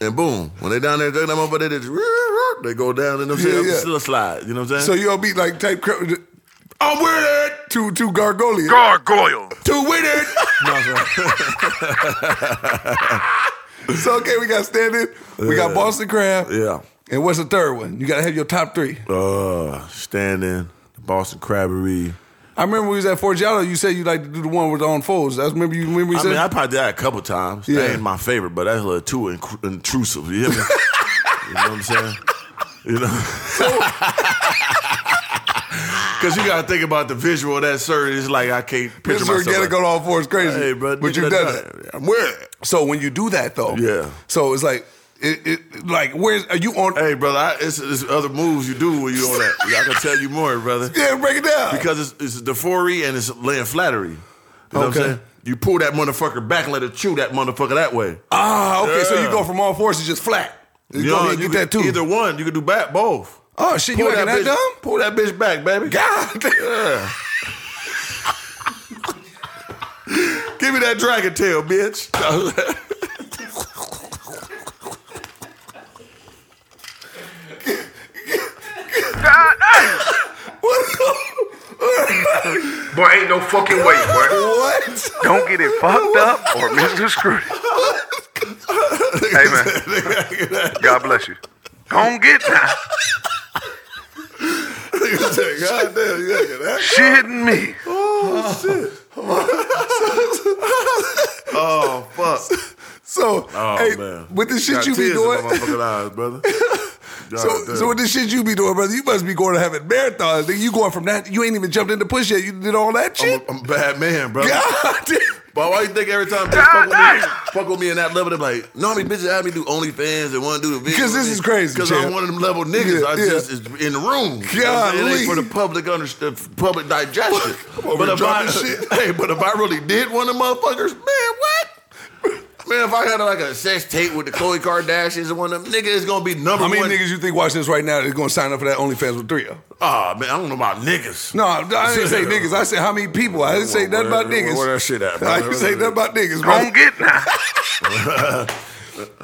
A: and boom. When they down there, they them over there, they, just, they go down and them
B: Yeah, yeah.
A: still slide. You know what I'm
B: so
A: saying?
B: you don't be like type crab.
A: I'm with it.
B: Two two gargoyles.
D: Gargoyle.
B: Two with it. So okay, we got standing, we got Boston crab,
A: Yeah.
B: and what's the third one? You gotta have your top three.
A: Uh, standing, Boston crabbery.
B: I remember when we was at Forgiato. You said you like to do the one with the on folds. That's remember you remember you
A: I
B: said.
A: mean, I probably did that a couple times.
B: Yeah.
A: That ain't my favorite, but that's a little too inc- intrusive. You hear me? you know what I'm saying? You know? Because you got to think about the visual of that shirt. It's like I can't picture
B: Mr.
A: myself.
B: Organic
A: like,
B: on all fours crazy,
A: hey, bro,
B: but
A: nigga,
B: you
A: that-
B: done it.
A: I'm wearing it.
B: So when you do that though,
A: Yeah.
B: So it's like, it, it like where's are you on?
A: Hey, brother, I, it's, it's other moves you do when you on that. I can tell you more, brother.
B: Yeah, break it down.
A: Because it's, it's the forey and it's laying flattery. You know what I'm
B: Okay.
A: saying? You pull that motherfucker back and let it chew that motherfucker that way.
B: ah, okay. So you
A: Yeah.
B: go from all fours to just flat. You
A: You
B: go
A: know,
B: ahead and
A: you
B: get that
A: could-
B: too.
A: Either one, you can do back both.
B: oh shit, you
A: Pull
B: acting that,
A: bitch,
B: dumb?
A: Pull that bitch back, baby.
B: God damn.
A: Yeah. Give me that dragon tail, bitch.
D: God damn. boy, ain't no fucking way, boy.
B: What?
D: Don't get it fucked up or misconstrued. hey, man. God bless you. Don't get that.
A: God damn, you ain't that.
D: Shitting me.
A: Oh fuck.
B: So
A: Oh
B: hey,
A: man.
B: with the shit
A: Got
B: you be
A: tears in
B: doing.
A: my motherfucking eyes, brother. God
B: So,
A: damn.
B: so with the shit you be doing, brother, you must be going to having marathons. Nigga, You going from that? You ain't even jumped into push yet. You did all that
A: I'm
B: shit.
A: a, I'm a bad man, brother.
B: God damn.
A: But why you think every time bitch fuck with me, fuck with me in that level, they're like, no, I mean, bitches have me do OnlyFans and want to do the video.
B: 'Cause this is crazy,
A: Because
B: champ.
A: I'm one of them level niggas.
B: Yeah,
A: I
B: yeah.
A: just is in the room. You know what I'm saying? it ain't
B: Golly.
A: for the public under, uh, public digestion.
B: over
A: but if I,
B: dropping shit.
A: hey, but if I really did one of them motherfuckers, man, what? Man, if I had like a sex tape with the Khloe Kardashians and one of them niggas, it's gonna be number
B: How many
A: one.
B: niggas you think watching this right now is going to sign up for that OnlyFans with three of?
A: Ah, man, I don't know about niggas.
B: No, I didn't say niggas. I said how many people. I didn't say nothing about
A: Where-
B: niggas.
A: where that shit at,
B: I
A: brother?
B: didn't say nothing about niggas, bro.
D: Don't get that.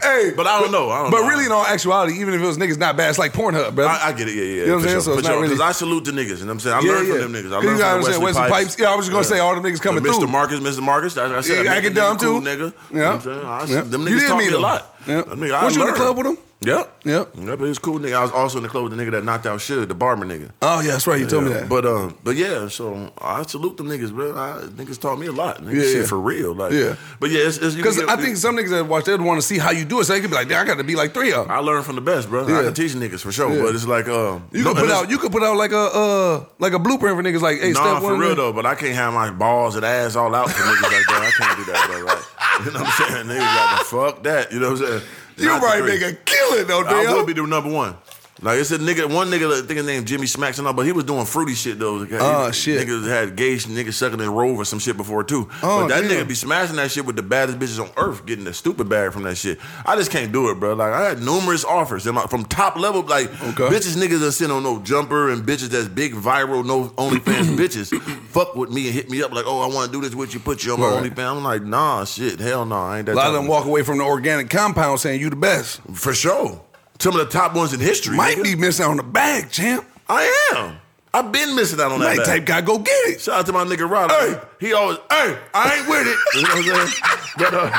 B: Hey,
A: But I don't know. I don't
B: but
A: know.
B: really, in all actuality, even if it was niggas, not bad. It's like Pornhub, brother.
A: I, I get it, yeah, yeah.
B: You know what I'm saying? So it's
A: Because
B: not really.
A: I salute the niggas, you know what I'm saying? I learned from them niggas. I learned from
B: you gotta
A: the
B: understand,
A: Wesley
B: Wesley
A: Pipes.
B: Pipes. Yeah, I was just gonna say all the niggas coming
A: Mr.
B: through.
A: Marcus, Mr. Marcus. I, I said,
B: Yeah,
A: I
B: I
A: make
B: get
A: the nigga
B: down
A: cool,
B: too.
A: Nigga. You know
B: Yeah.
A: what I'm saying? I,
B: Yeah.
A: Them niggas
B: You did
A: taught me
B: meet
A: a
B: him.
A: lot.
B: Yeah.
A: That Nigga, I
B: Was you in the
A: learned.
B: club with him?
A: Yep.
B: Yep.
A: Yep, he was a cool nigga. I was also in the club with the nigga that knocked out Suge, the barber nigga.
B: Oh yeah, that's right. You told me
A: Yeah,
B: that.
A: But um, but yeah, so I salute them niggas, bro. I, niggas taught me a lot. Nigga,
B: Yeah,
A: shit
B: yeah.
A: for real. Like,
B: Yeah.
A: But yeah, it's, it's you
B: Because
A: can
B: I
A: get-
B: think some niggas that watch that want to see how you do it, so they could be like, "Damn, I got to be like three of them.
A: I learned from the best, bro.
B: Yeah.
A: I can teach niggas for sure.
B: Yeah.
A: But it's like um,
B: You
A: no-
B: could put
A: and it's-
B: out, you could put out like a uh, like a blueprint for niggas, like, hey,
A: Nah,
B: step
A: for
B: one.
A: real
B: man.
A: though, but I can't have my balls and ass all out for niggas like that. I can't do that, bro. Like, you know what I'm saying? Niggas got to fuck that. You know what I'm saying?
B: You
A: Not the
B: right,
A: three.
B: nigga, kill it though,
A: I will
B: damn.
A: be the number one. Like it's a nigga, one nigga that- I think his name Jimmy Smacks and all, but he was doing fruity shit though.
B: Ah,
A: He-
B: shit.
A: Niggas had gay sh- niggas sucking in Rove or some shit before too.
B: Oh,
A: but that
B: damn.
A: nigga be smashing that shit with the baddest bitches on earth, getting the stupid bag from that shit. I just can't do it, bro. Like I had numerous offers and, like, from top level, like
B: Okay.
A: bitches niggas that sitting on no jumper and bitches that's big viral, no OnlyFans bitches. Fuck with me and hit me up like, oh, I want to do this with you, put you on my
B: Right.
A: OnlyFans. I'm like, nah, shit, hell no, I ain't that.
B: A lot
A: type
B: of them walk away from the organic compound saying you the best.
A: for sure. some of the top ones in history.
B: Might
A: nigga.
B: be missing out on the bag, champ.
A: I am. I've been missing out on that.
B: Might
A: bag.
B: type guy go get it.
A: Shout out to my nigga Roddy. Hey, he always, hey, I ain't with it. You know what I'm saying? But, uh,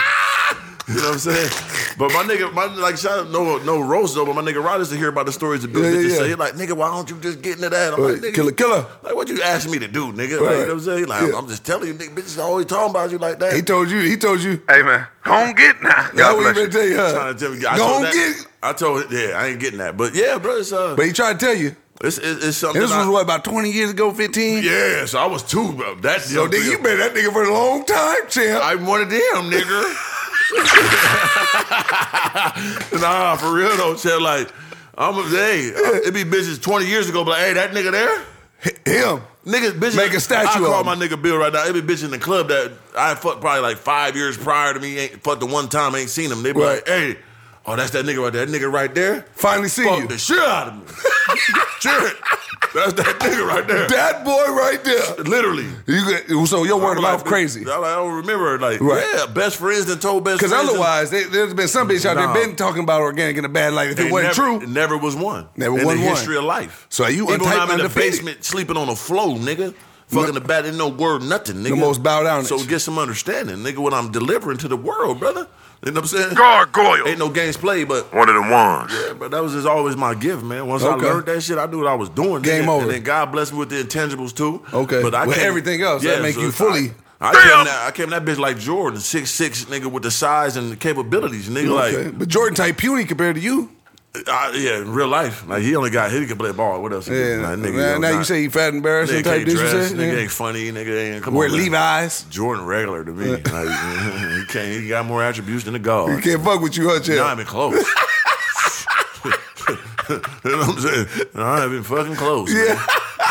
A: you know what I'm saying? But my nigga, my like shout out no no roast though, but my nigga Roddy's to hear about the stories the dudes
B: Yeah, yeah,
A: just say.
B: yeah.
A: He like, nigga, why don't you just get into that? I'm like,
B: Right.
A: nigga,
B: Killer, killer.
A: Like what you asking me to do, nigga? Like,
B: Right.
A: you know what I'm saying? He Like,
B: Yeah.
A: I'm just telling you, nigga, bitches always talking about you like that.
B: He told you. He told you.
D: Hey man, don't get now.
B: That's
D: God
B: what he been
D: bless you.
B: tell you. Huh?
A: trying to tell me, I
B: Go
A: told
B: on
A: that,
B: get.
A: I told, yeah, I ain't getting that. But yeah, bro, it's uh,
B: But he tried to tell you.
A: it's, it's, it's something.
B: And this
A: I-
B: was what about twenty years ago, fifteen.
A: yeah, so I was two, bro. That's
B: So nigga, you been that nigga for a long time, champ.
A: I wanted him, nigga. nah, for real though, shit. Like, I'm a, hey, uh, it be bitches 20 years ago, but like, hey, that nigga there,
B: Him.
A: niggas, bitches.
B: Make a statue
A: I call
B: of
A: my
B: him.
A: nigga Bill right now. It be bitch in the club that I fucked probably like five years prior to me. Ain't fucked the one time, ain't seen him. They be like, hey, oh, that's that nigga right there. That nigga right there.
B: Finally see
A: Fuck
B: you.
A: the shit out of me. shit, that's that nigga right there.
B: That boy right there.
A: Literally.
B: You get, so your word of mouth crazy.
A: I, don't remember. Like,
B: Right.
A: yeah, best friends and told best
B: Because
A: friends. and-
B: otherwise, they, there's been some bitch out
A: Nah.
B: there been talking about organic in a bad light if it
A: It
B: wasn't
A: never, It
B: true.
A: never was one.
B: Never
A: in
B: was
A: the
B: one.
A: history of life.
B: So you
A: Even when
B: untyped
A: I'm in the
B: undefeated.
A: basement sleeping on the floor, nigga. Fucking the bat ain't no word, nothing, nigga.
B: most bow down
A: So
B: at you.
A: get some understanding, nigga. What I'm delivering to the world, brother. You know what I'm saying?
D: Gargoyle.
A: Ain't no games played, but
D: One of the ones.
A: yeah, but that was just always my gift, man. Once
B: Okay.
A: I learned that shit, I knew what I was doing. nigga.
B: Game over.
A: And then God blessed me with the intangibles too.
B: Okay.
A: but I
B: With
A: came-
B: everything else, that make you fully-
A: I, I came
D: Damn.
A: that I came that bitch like Jordan, six six nigga with the size and the capabilities, nigga.
B: Okay.
A: Like
B: but Jordan type puny compared to you.
A: uh, yeah, in real life, like he only got he can play ball. What else? he
B: Yeah.
A: can do? Like, nigga,
B: now
A: yo,
B: now you
A: not-
B: say he fat embarrassing
A: nigga
B: type
A: can't
B: this you
A: dress,
B: said?
A: nigga
B: Yeah.
A: ain't funny, nigga ain't come
B: Wear
A: on, man.
B: Levi's.
A: Jordan regular to me. Like, he can't. He got more attributes than a
B: You
A: guard.
B: can't fuck with you, huh, champ?
A: Not even close. you know what I'm saying? Not even fucking close. Yeah.
B: Yeah.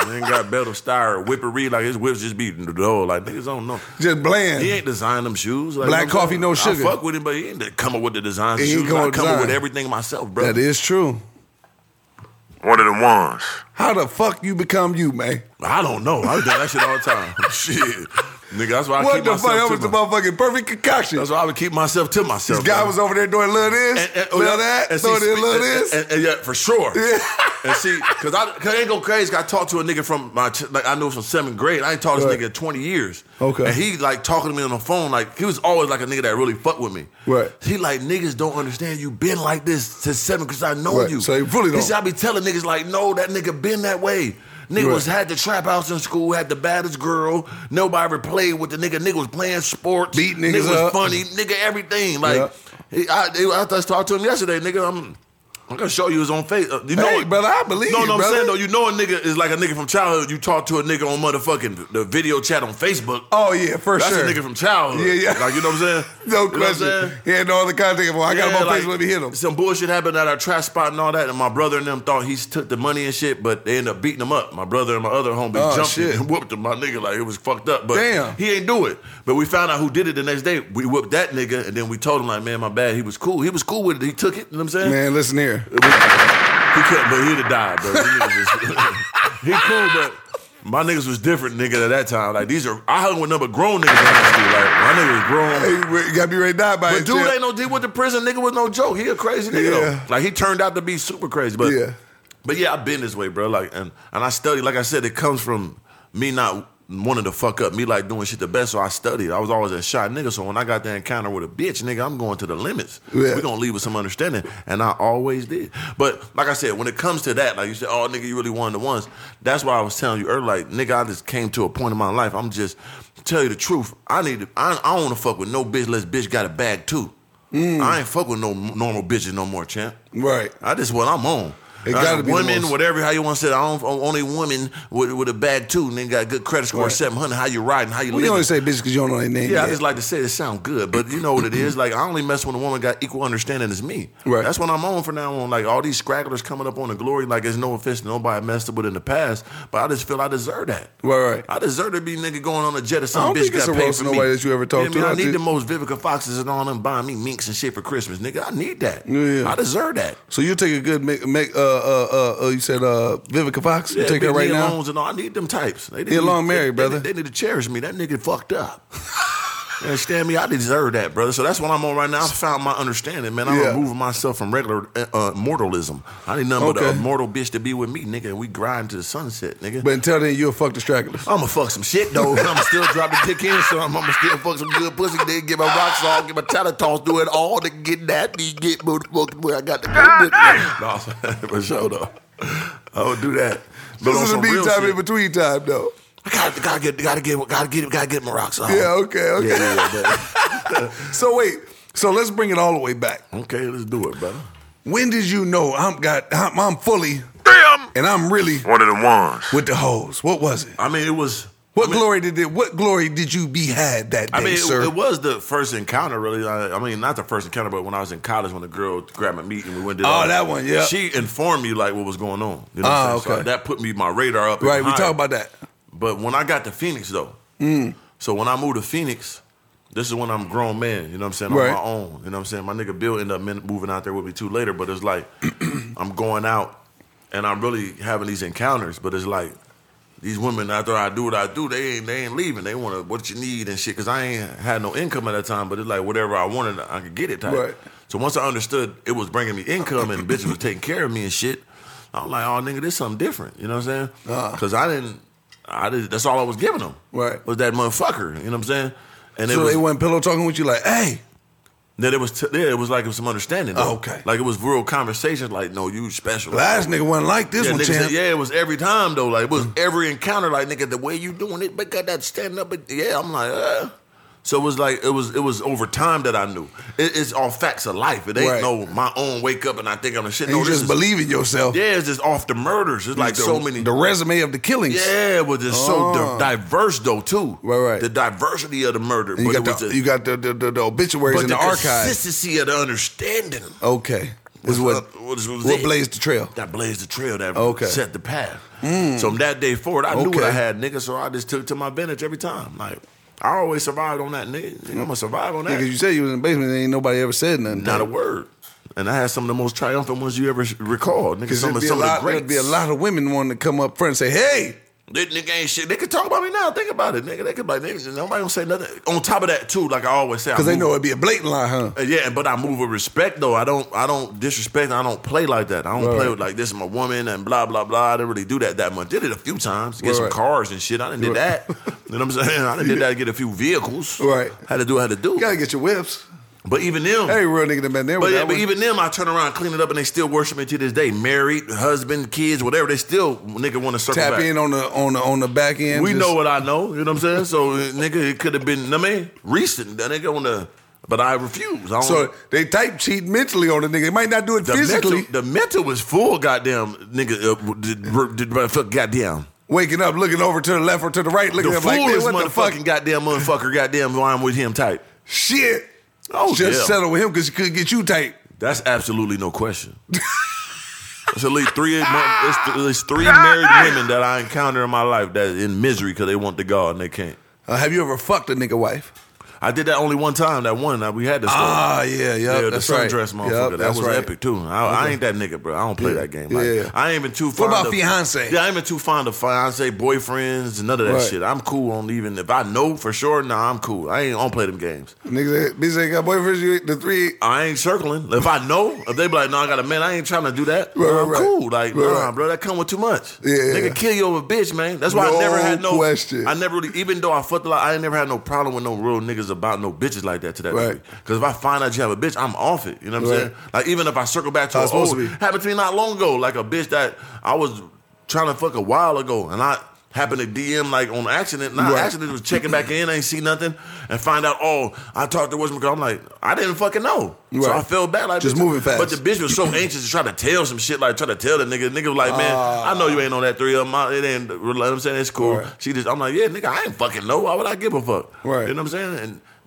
A: Man. Ain't got better style whippery like his whips just beating the door. Like niggas don't know.
B: Just bland.
A: He ain't designed them shoes. Like, you
B: Black
A: know what I'm
B: coffee, no
A: saying?
B: sugar.
A: I fuck with him, but he ain't come up with the design
B: He ain't
A: shoes.
B: come
A: I
B: up
A: come up with
B: design.
A: everything myself, bro.
B: That is true.
D: One of the ones.
B: How the fuck you become you, man?
A: I don't know. I do that shit all the time. shit, nigga. That's why I
B: what
A: keep
B: the
A: myself
B: fuck? That
A: to
B: was the
A: my-
B: motherfucking perfect concoction.
A: That's why I would keep myself to myself.
B: This guy
A: bro.
B: was over there doing little this,
A: And- and- oh, yeah.
B: little that,
A: And
B: throwing
A: see,
B: in little
A: and-
B: this.
A: and- and- yeah, for sure.
B: Yeah.
A: and see, cause I, cause I ain't go crazy. 'cause I talked to a nigga from my, ch- like I knew from seventh grade. I ain't talked to this
B: Right.
A: nigga in twenty years.
B: Okay.
A: And he like talking to me on the phone. Like he was always like a nigga that really fucked with me.
B: Right.
A: He like niggas don't understand you been like this since seven because I know
B: Right.
A: you.
B: So he really
A: He
B: don't.
A: said, I be telling niggas like, no, that nigga been that way. Nigga
B: Right.
A: was had the trap house in school, had the baddest girl. Nobody ever played with the nigga. Nigga was playing sports.
B: Beat niggas
A: Nigga was
B: up.
A: funny. Nigga everything. Like
B: Yeah.
A: he, I, they, I just talked to him yesterday, nigga. I'm, I'm gonna show you his own face. Uh, You know,
B: Hey,
A: it.
B: brother, I believe
A: No, no,
B: you,
A: I'm
B: brother.
A: saying though, you know a nigga is like a nigga from childhood. You talk to a nigga on motherfucking the video chat on Facebook.
B: oh yeah, for
A: That's
B: sure.
A: a nigga from childhood.
B: Yeah, yeah.
A: Like you know what I'm saying?
B: no
A: You know what I'm
B: question.
A: saying?
B: he had no other contact. Well, I
A: Yeah,
B: got him on
A: like,
B: Facebook. Let me hit him.
A: Some bullshit happened at our trash spot and all that, and my brother and them thought he took the money and shit, but they ended up beating him up. My brother and my other homie
B: Oh,
A: jumped him
B: shit.
A: and whooped him. My nigga, like it was fucked up, but
B: Damn.
A: he ain't do it. But we found out who did it the next day. We whooped that nigga, and then we told him like, man, my bad. He was cool. He was cool with it. He took it. You know what I'm saying?
B: Man, listen here.
A: He couldn't, but he'd have died, bro. He, niggas was- he cool, but my niggas was different, nigga, at that time. Like these are, I hung with number grown niggas in high school. Like my nigga was grown.
B: Hey, you got to be ready to die by
A: But
B: it,
A: dude
B: champ.
A: ain't no deal with the prison. Nigga was no joke. He a crazy nigga.
B: Yeah.
A: Though. Like he turned out to be super crazy. But
B: Yeah.
A: but yeah, I've been this way, bro. Like and and I study. Like I said, it comes from me not wanting to fuck up. Me like doing shit the best. So I studied. I was always a shy nigga. So when I got that encounter with a bitch, nigga, I'm going to the limits.
B: Yeah.
A: We gonna leave with some understanding, and I always did. But like I said, when it comes to that, like you said, oh nigga, you really wanted the ones. That's why I was telling you earlier. Like nigga, I just came to a point in my life. I'm just tell you the truth. I need. To, I I don't wanna fuck with no bitch. Less bitch got a bag too. I ain't fuck with no normal bitches no more, champ.
B: Mm. Right.
A: I just what I'm on.
B: It
A: Uh,
B: gotta be the
A: women,
B: most-
A: whatever, how you want to say. It. I don't only women with, with a bag too, and then got good credit score,
B: Right.
A: seven hundred. How you riding? How you
B: We
A: living?
B: only say bitch because you don't know their name.
A: yeah, I
B: yet.
A: just like to say it sound good, but you know what it is. Like I only mess when a woman got equal understanding as me.
B: Right.
A: That's what I'm on for now on. Like all these scragglers coming up on the glory. Like it's no offense to nobody I messed up with in the past, but I just feel I deserve that.
B: Right, right.
A: I deserve to be nigga going on a jet or
B: I
A: some
B: don't
A: bitch
B: think it's
A: got
B: a
A: paid
B: roast
A: for
B: to
A: me.
B: nobody that you ever talked
A: Yeah, man,
B: to. I
A: I need
B: think-
A: the most Vivica Foxes and all them buying me minks and shit for Christmas, nigga. I need that.
B: Yeah.
A: I deserve that.
B: so you take a good make. make uh, uh, uh, uh, you said uh, Vivica Fox. you
A: Yeah,
B: take
A: big
B: that right
A: Nia
B: now.
A: Longs and all. I need them types. They
B: Nia Long
A: they-
B: married,
A: they-
B: brother.
A: They, need to cherish me. That nigga fucked up. You understand me? I deserve that, brother. So that's what I'm on right now. I found my understanding, man. I'm
B: Yeah.
A: removing myself from regular uh, uh, mortalism. I need nothing but
B: Okay.
A: a mortal bitch to be with me, nigga. And we grind to the sunset, nigga.
B: But until then, you'll fuck the stragglers.
A: I'ma fuck some shit though. I'ma still drop the dick in some. I'ma still fuck some good pussy. Then get my rocks off, get my tattle toss, do it all to get that. Then get booty fucking where I got the good dick. No, for sure though. I would do that. But
B: This
A: on
B: is the
A: some real
B: meantime,
A: shit,
B: in between time, though.
A: I gotta, gotta get, gotta get, gotta get, gotta get my rocks off.
B: Yeah, okay, okay.
A: Oh. Yeah, yeah, yeah,
B: So wait, so let's bring it all the way back.
A: but- okay, let's do it, brother.
B: When did you know I'm got I'm, I'm fully
D: Damn!
B: and I'm really
D: One of the ones.
B: with the hoes? What was it?
A: I mean, it was.
B: What glory did it? What glory did you be had that day,
A: I mean, it,
B: sir?
A: it was the first encounter, really. I, I mean, not the first encounter, but when I was in college, when the girl grabbed my meat and we went to
B: Oh, that one, yeah.
A: She informed me like what was going on. You know what
B: Ah,
A: I'm saying? So
B: okay.
A: that put me my radar up.
B: right,
A: and
B: we
A: higher.
B: talked about that.
A: But when I got to Phoenix, though,
B: Mm.
A: so when I moved to Phoenix, this is when I'm a grown man, you know what I'm saying, on
B: Right.
A: my own. You know what I'm saying? My nigga Bill ended up men- moving out there with me too later, but it's like I'm going out and I'm really having these encounters, but it's like these women after I do what I do, they ain't they ain't leaving. They want what you need and shit because I ain't had no income at that time. But it's like whatever I wanted, I could get it type.
B: Right.
A: So once I understood it was bringing me income and bitches was taking care of me and shit, I'm like, oh nigga, this something different. You know what I'm saying?
B: Ah.
A: Because I didn't, I did. That's all I was giving them.
B: Right.
A: Was that motherfucker? You know what I'm saying? And it
B: so
A: was,
B: they went pillow talking with you like, hey,
A: that it was t- yeah, it was like it was some understanding. though.
B: Oh, okay.
A: Like it was real conversations. Like no, you special.
B: last nigga wasn't like this
A: Yeah,
B: one,
A: nigga
B: champ. Mm.
A: said, yeah, it was every time though. Like it was every encounter. Like nigga, the way you doing it, but got that standing up. But yeah, I'm like, uh. so it was like it was it was over time that I knew. It, it's all facts of life. It ain't
B: Right.
A: no my own wake up and I think I'm the shit.
B: And
A: no,
B: you
A: this
B: just
A: is,
B: believe in yourself.
A: Yeah, it's just off the murders. It's like
B: the,
A: so many.
B: The resume of the killings.
A: yeah, it was just so
B: Oh.
A: di- diverse though too.
B: Right, right.
A: The diversity of the murder.
B: And you
A: but
B: got,
A: it
B: the,
A: was a-
B: you got the the, the, the obituaries
A: but
B: in
A: the
B: the, archives.
A: consistency of the understanding.
B: Okay, is
A: uh,
B: what
A: what is- what is
B: what
A: it?
B: blazed the trail.
A: that blazed the trail that
B: Okay. Mm.
A: set the path. So from that day forward, I knew what
B: Okay.
A: I had, nigga. So I just took to my advantage every time. Like I always survived on that, nigga. I'm gonna survive on that.
B: Because you said you was in the basement, and ain't nobody ever said nothing.
A: Not a word. And I had some of the most triumphant ones you ever recall, nigga.
B: Because
A: Some
B: there'd
A: of
B: be, a
A: some of the
B: lot-
A: greats.
B: there'd be a lot of women wanting to come up front and say, hey,
A: That nigga ain't shit. They could talk about me now. Think about it, nigga. They could like nigga, nobody gonna say nothing. On top of that, too, like I always say, I
B: because they
A: move-
B: know it'd be a blatant lie, huh?
A: Uh, Yeah, but I move with respect though. I don't I don't disrespect. I don't play like that. I don't
B: Right.
A: play with like this is my woman and blah blah blah. I didn't really do that that much. Did it a few times. Get some
B: Right.
A: cars and shit. I didn't did that. you know what I'm saying? I didn't did that. to Get a few vehicles.
B: Right.
A: Had to do. Had to do.
B: You gotta get your whips.
A: But even them.
B: Hey, real nigga, that been there.
A: But,
B: with
A: yeah,
B: that
A: but
B: one.
A: even them, I turn around, clean it up, and they still worship me to this day. Married, husband, kids, whatever. They still nigga want to circle
B: tap
A: back.
B: in on the on the on the back end.
A: We
B: just-
A: know what I know. You know what I'm saying? So uh, nigga, it could have been. I mean, recent. That nigga on the. But I refuse. I don't,
B: So they type cheat mentally on the nigga. They might not do it
A: The
B: physically.
A: mental, the mental was full, goddamn nigga. Uh, did, did, fuck, goddamn.
B: Waking up, looking over to the left or to the right, looking
A: The
B: up like, man,
A: foolish
B: what the fuck?
A: motherfucking goddamn motherfucker, goddamn. Why I'm with him type.
B: Shit.
A: Oh,
B: Just
A: yeah.
B: settle with him because he couldn't get you tight.
A: That's absolutely no question. It's at least three. It's, it's three married women that I encounter in my life that in misery because they want the God and they can't.
B: Uh, have you ever fucked a nigga wife?
A: I did that only one time. That one that we had this.
B: Ah, yeah, yeah.
A: yeah, the
B: that's right.
A: sundress motherfucker.
B: Yup,
A: that
B: that's
A: was
B: right.
A: epic too. I, I ain't that nigga, bro. I don't play
B: Yeah.
A: that game. Like,
B: Yeah.
A: I ain't even too. Fond
B: about
A: of,
B: fiancé?
A: Yeah, I ain't even too fond of fiance, boyfriends, and none of that
B: Right.
A: shit. I'm cool on even if I know for sure. Nah, I'm cool. I ain't I don't play them games.
B: Niggas, ain't- bitches ain't got boyfriends. You ain't- the three.
A: I ain't circling. If I know, if they be like, no, I got a man, I ain't trying to do that.
B: Right, right,
A: I'm
B: right.
A: cool. Like,
B: Right,
A: nah,
B: right.
A: bro, that come with too much.
B: Yeah, yeah,
A: Nigga
B: yeah.
A: kill you over bitch, man. That's why
B: No
A: I never had no
B: question.
A: I never really, even though I fucked a lot, I ain't never had no problem with no real niggas about no bitches like that to that
B: Right.
A: Because if I find out you have a bitch, I'm off it. You know what I'm
B: Right.
A: saying? Like, even if I circle back to an
B: How it's supposed
A: old,
B: to be.
A: happened to me not long ago, like a bitch that I was trying to fuck a while ago, and I happened to DM like on accident. Not
B: Right.
A: accident, was checking back in, I ain't see nothing, and find out. Oh, I talked to Wisdom girl. I'm like, I didn't fucking know, so
B: Right.
A: I felt bad. Like
B: Just
A: bitch.
B: moving fast.
A: But the bitch was so anxious to try to tell some shit, like try to tell the nigga. The nigga was like, man, I know you ain't on that three of them. I- It ain't. You know what I'm saying it's cool.
B: Ah. Right.
A: She just, I'm like, yeah, nigga, I ain't fucking know. Why would I give a fuck?
B: Right.
A: You know what I'm saying?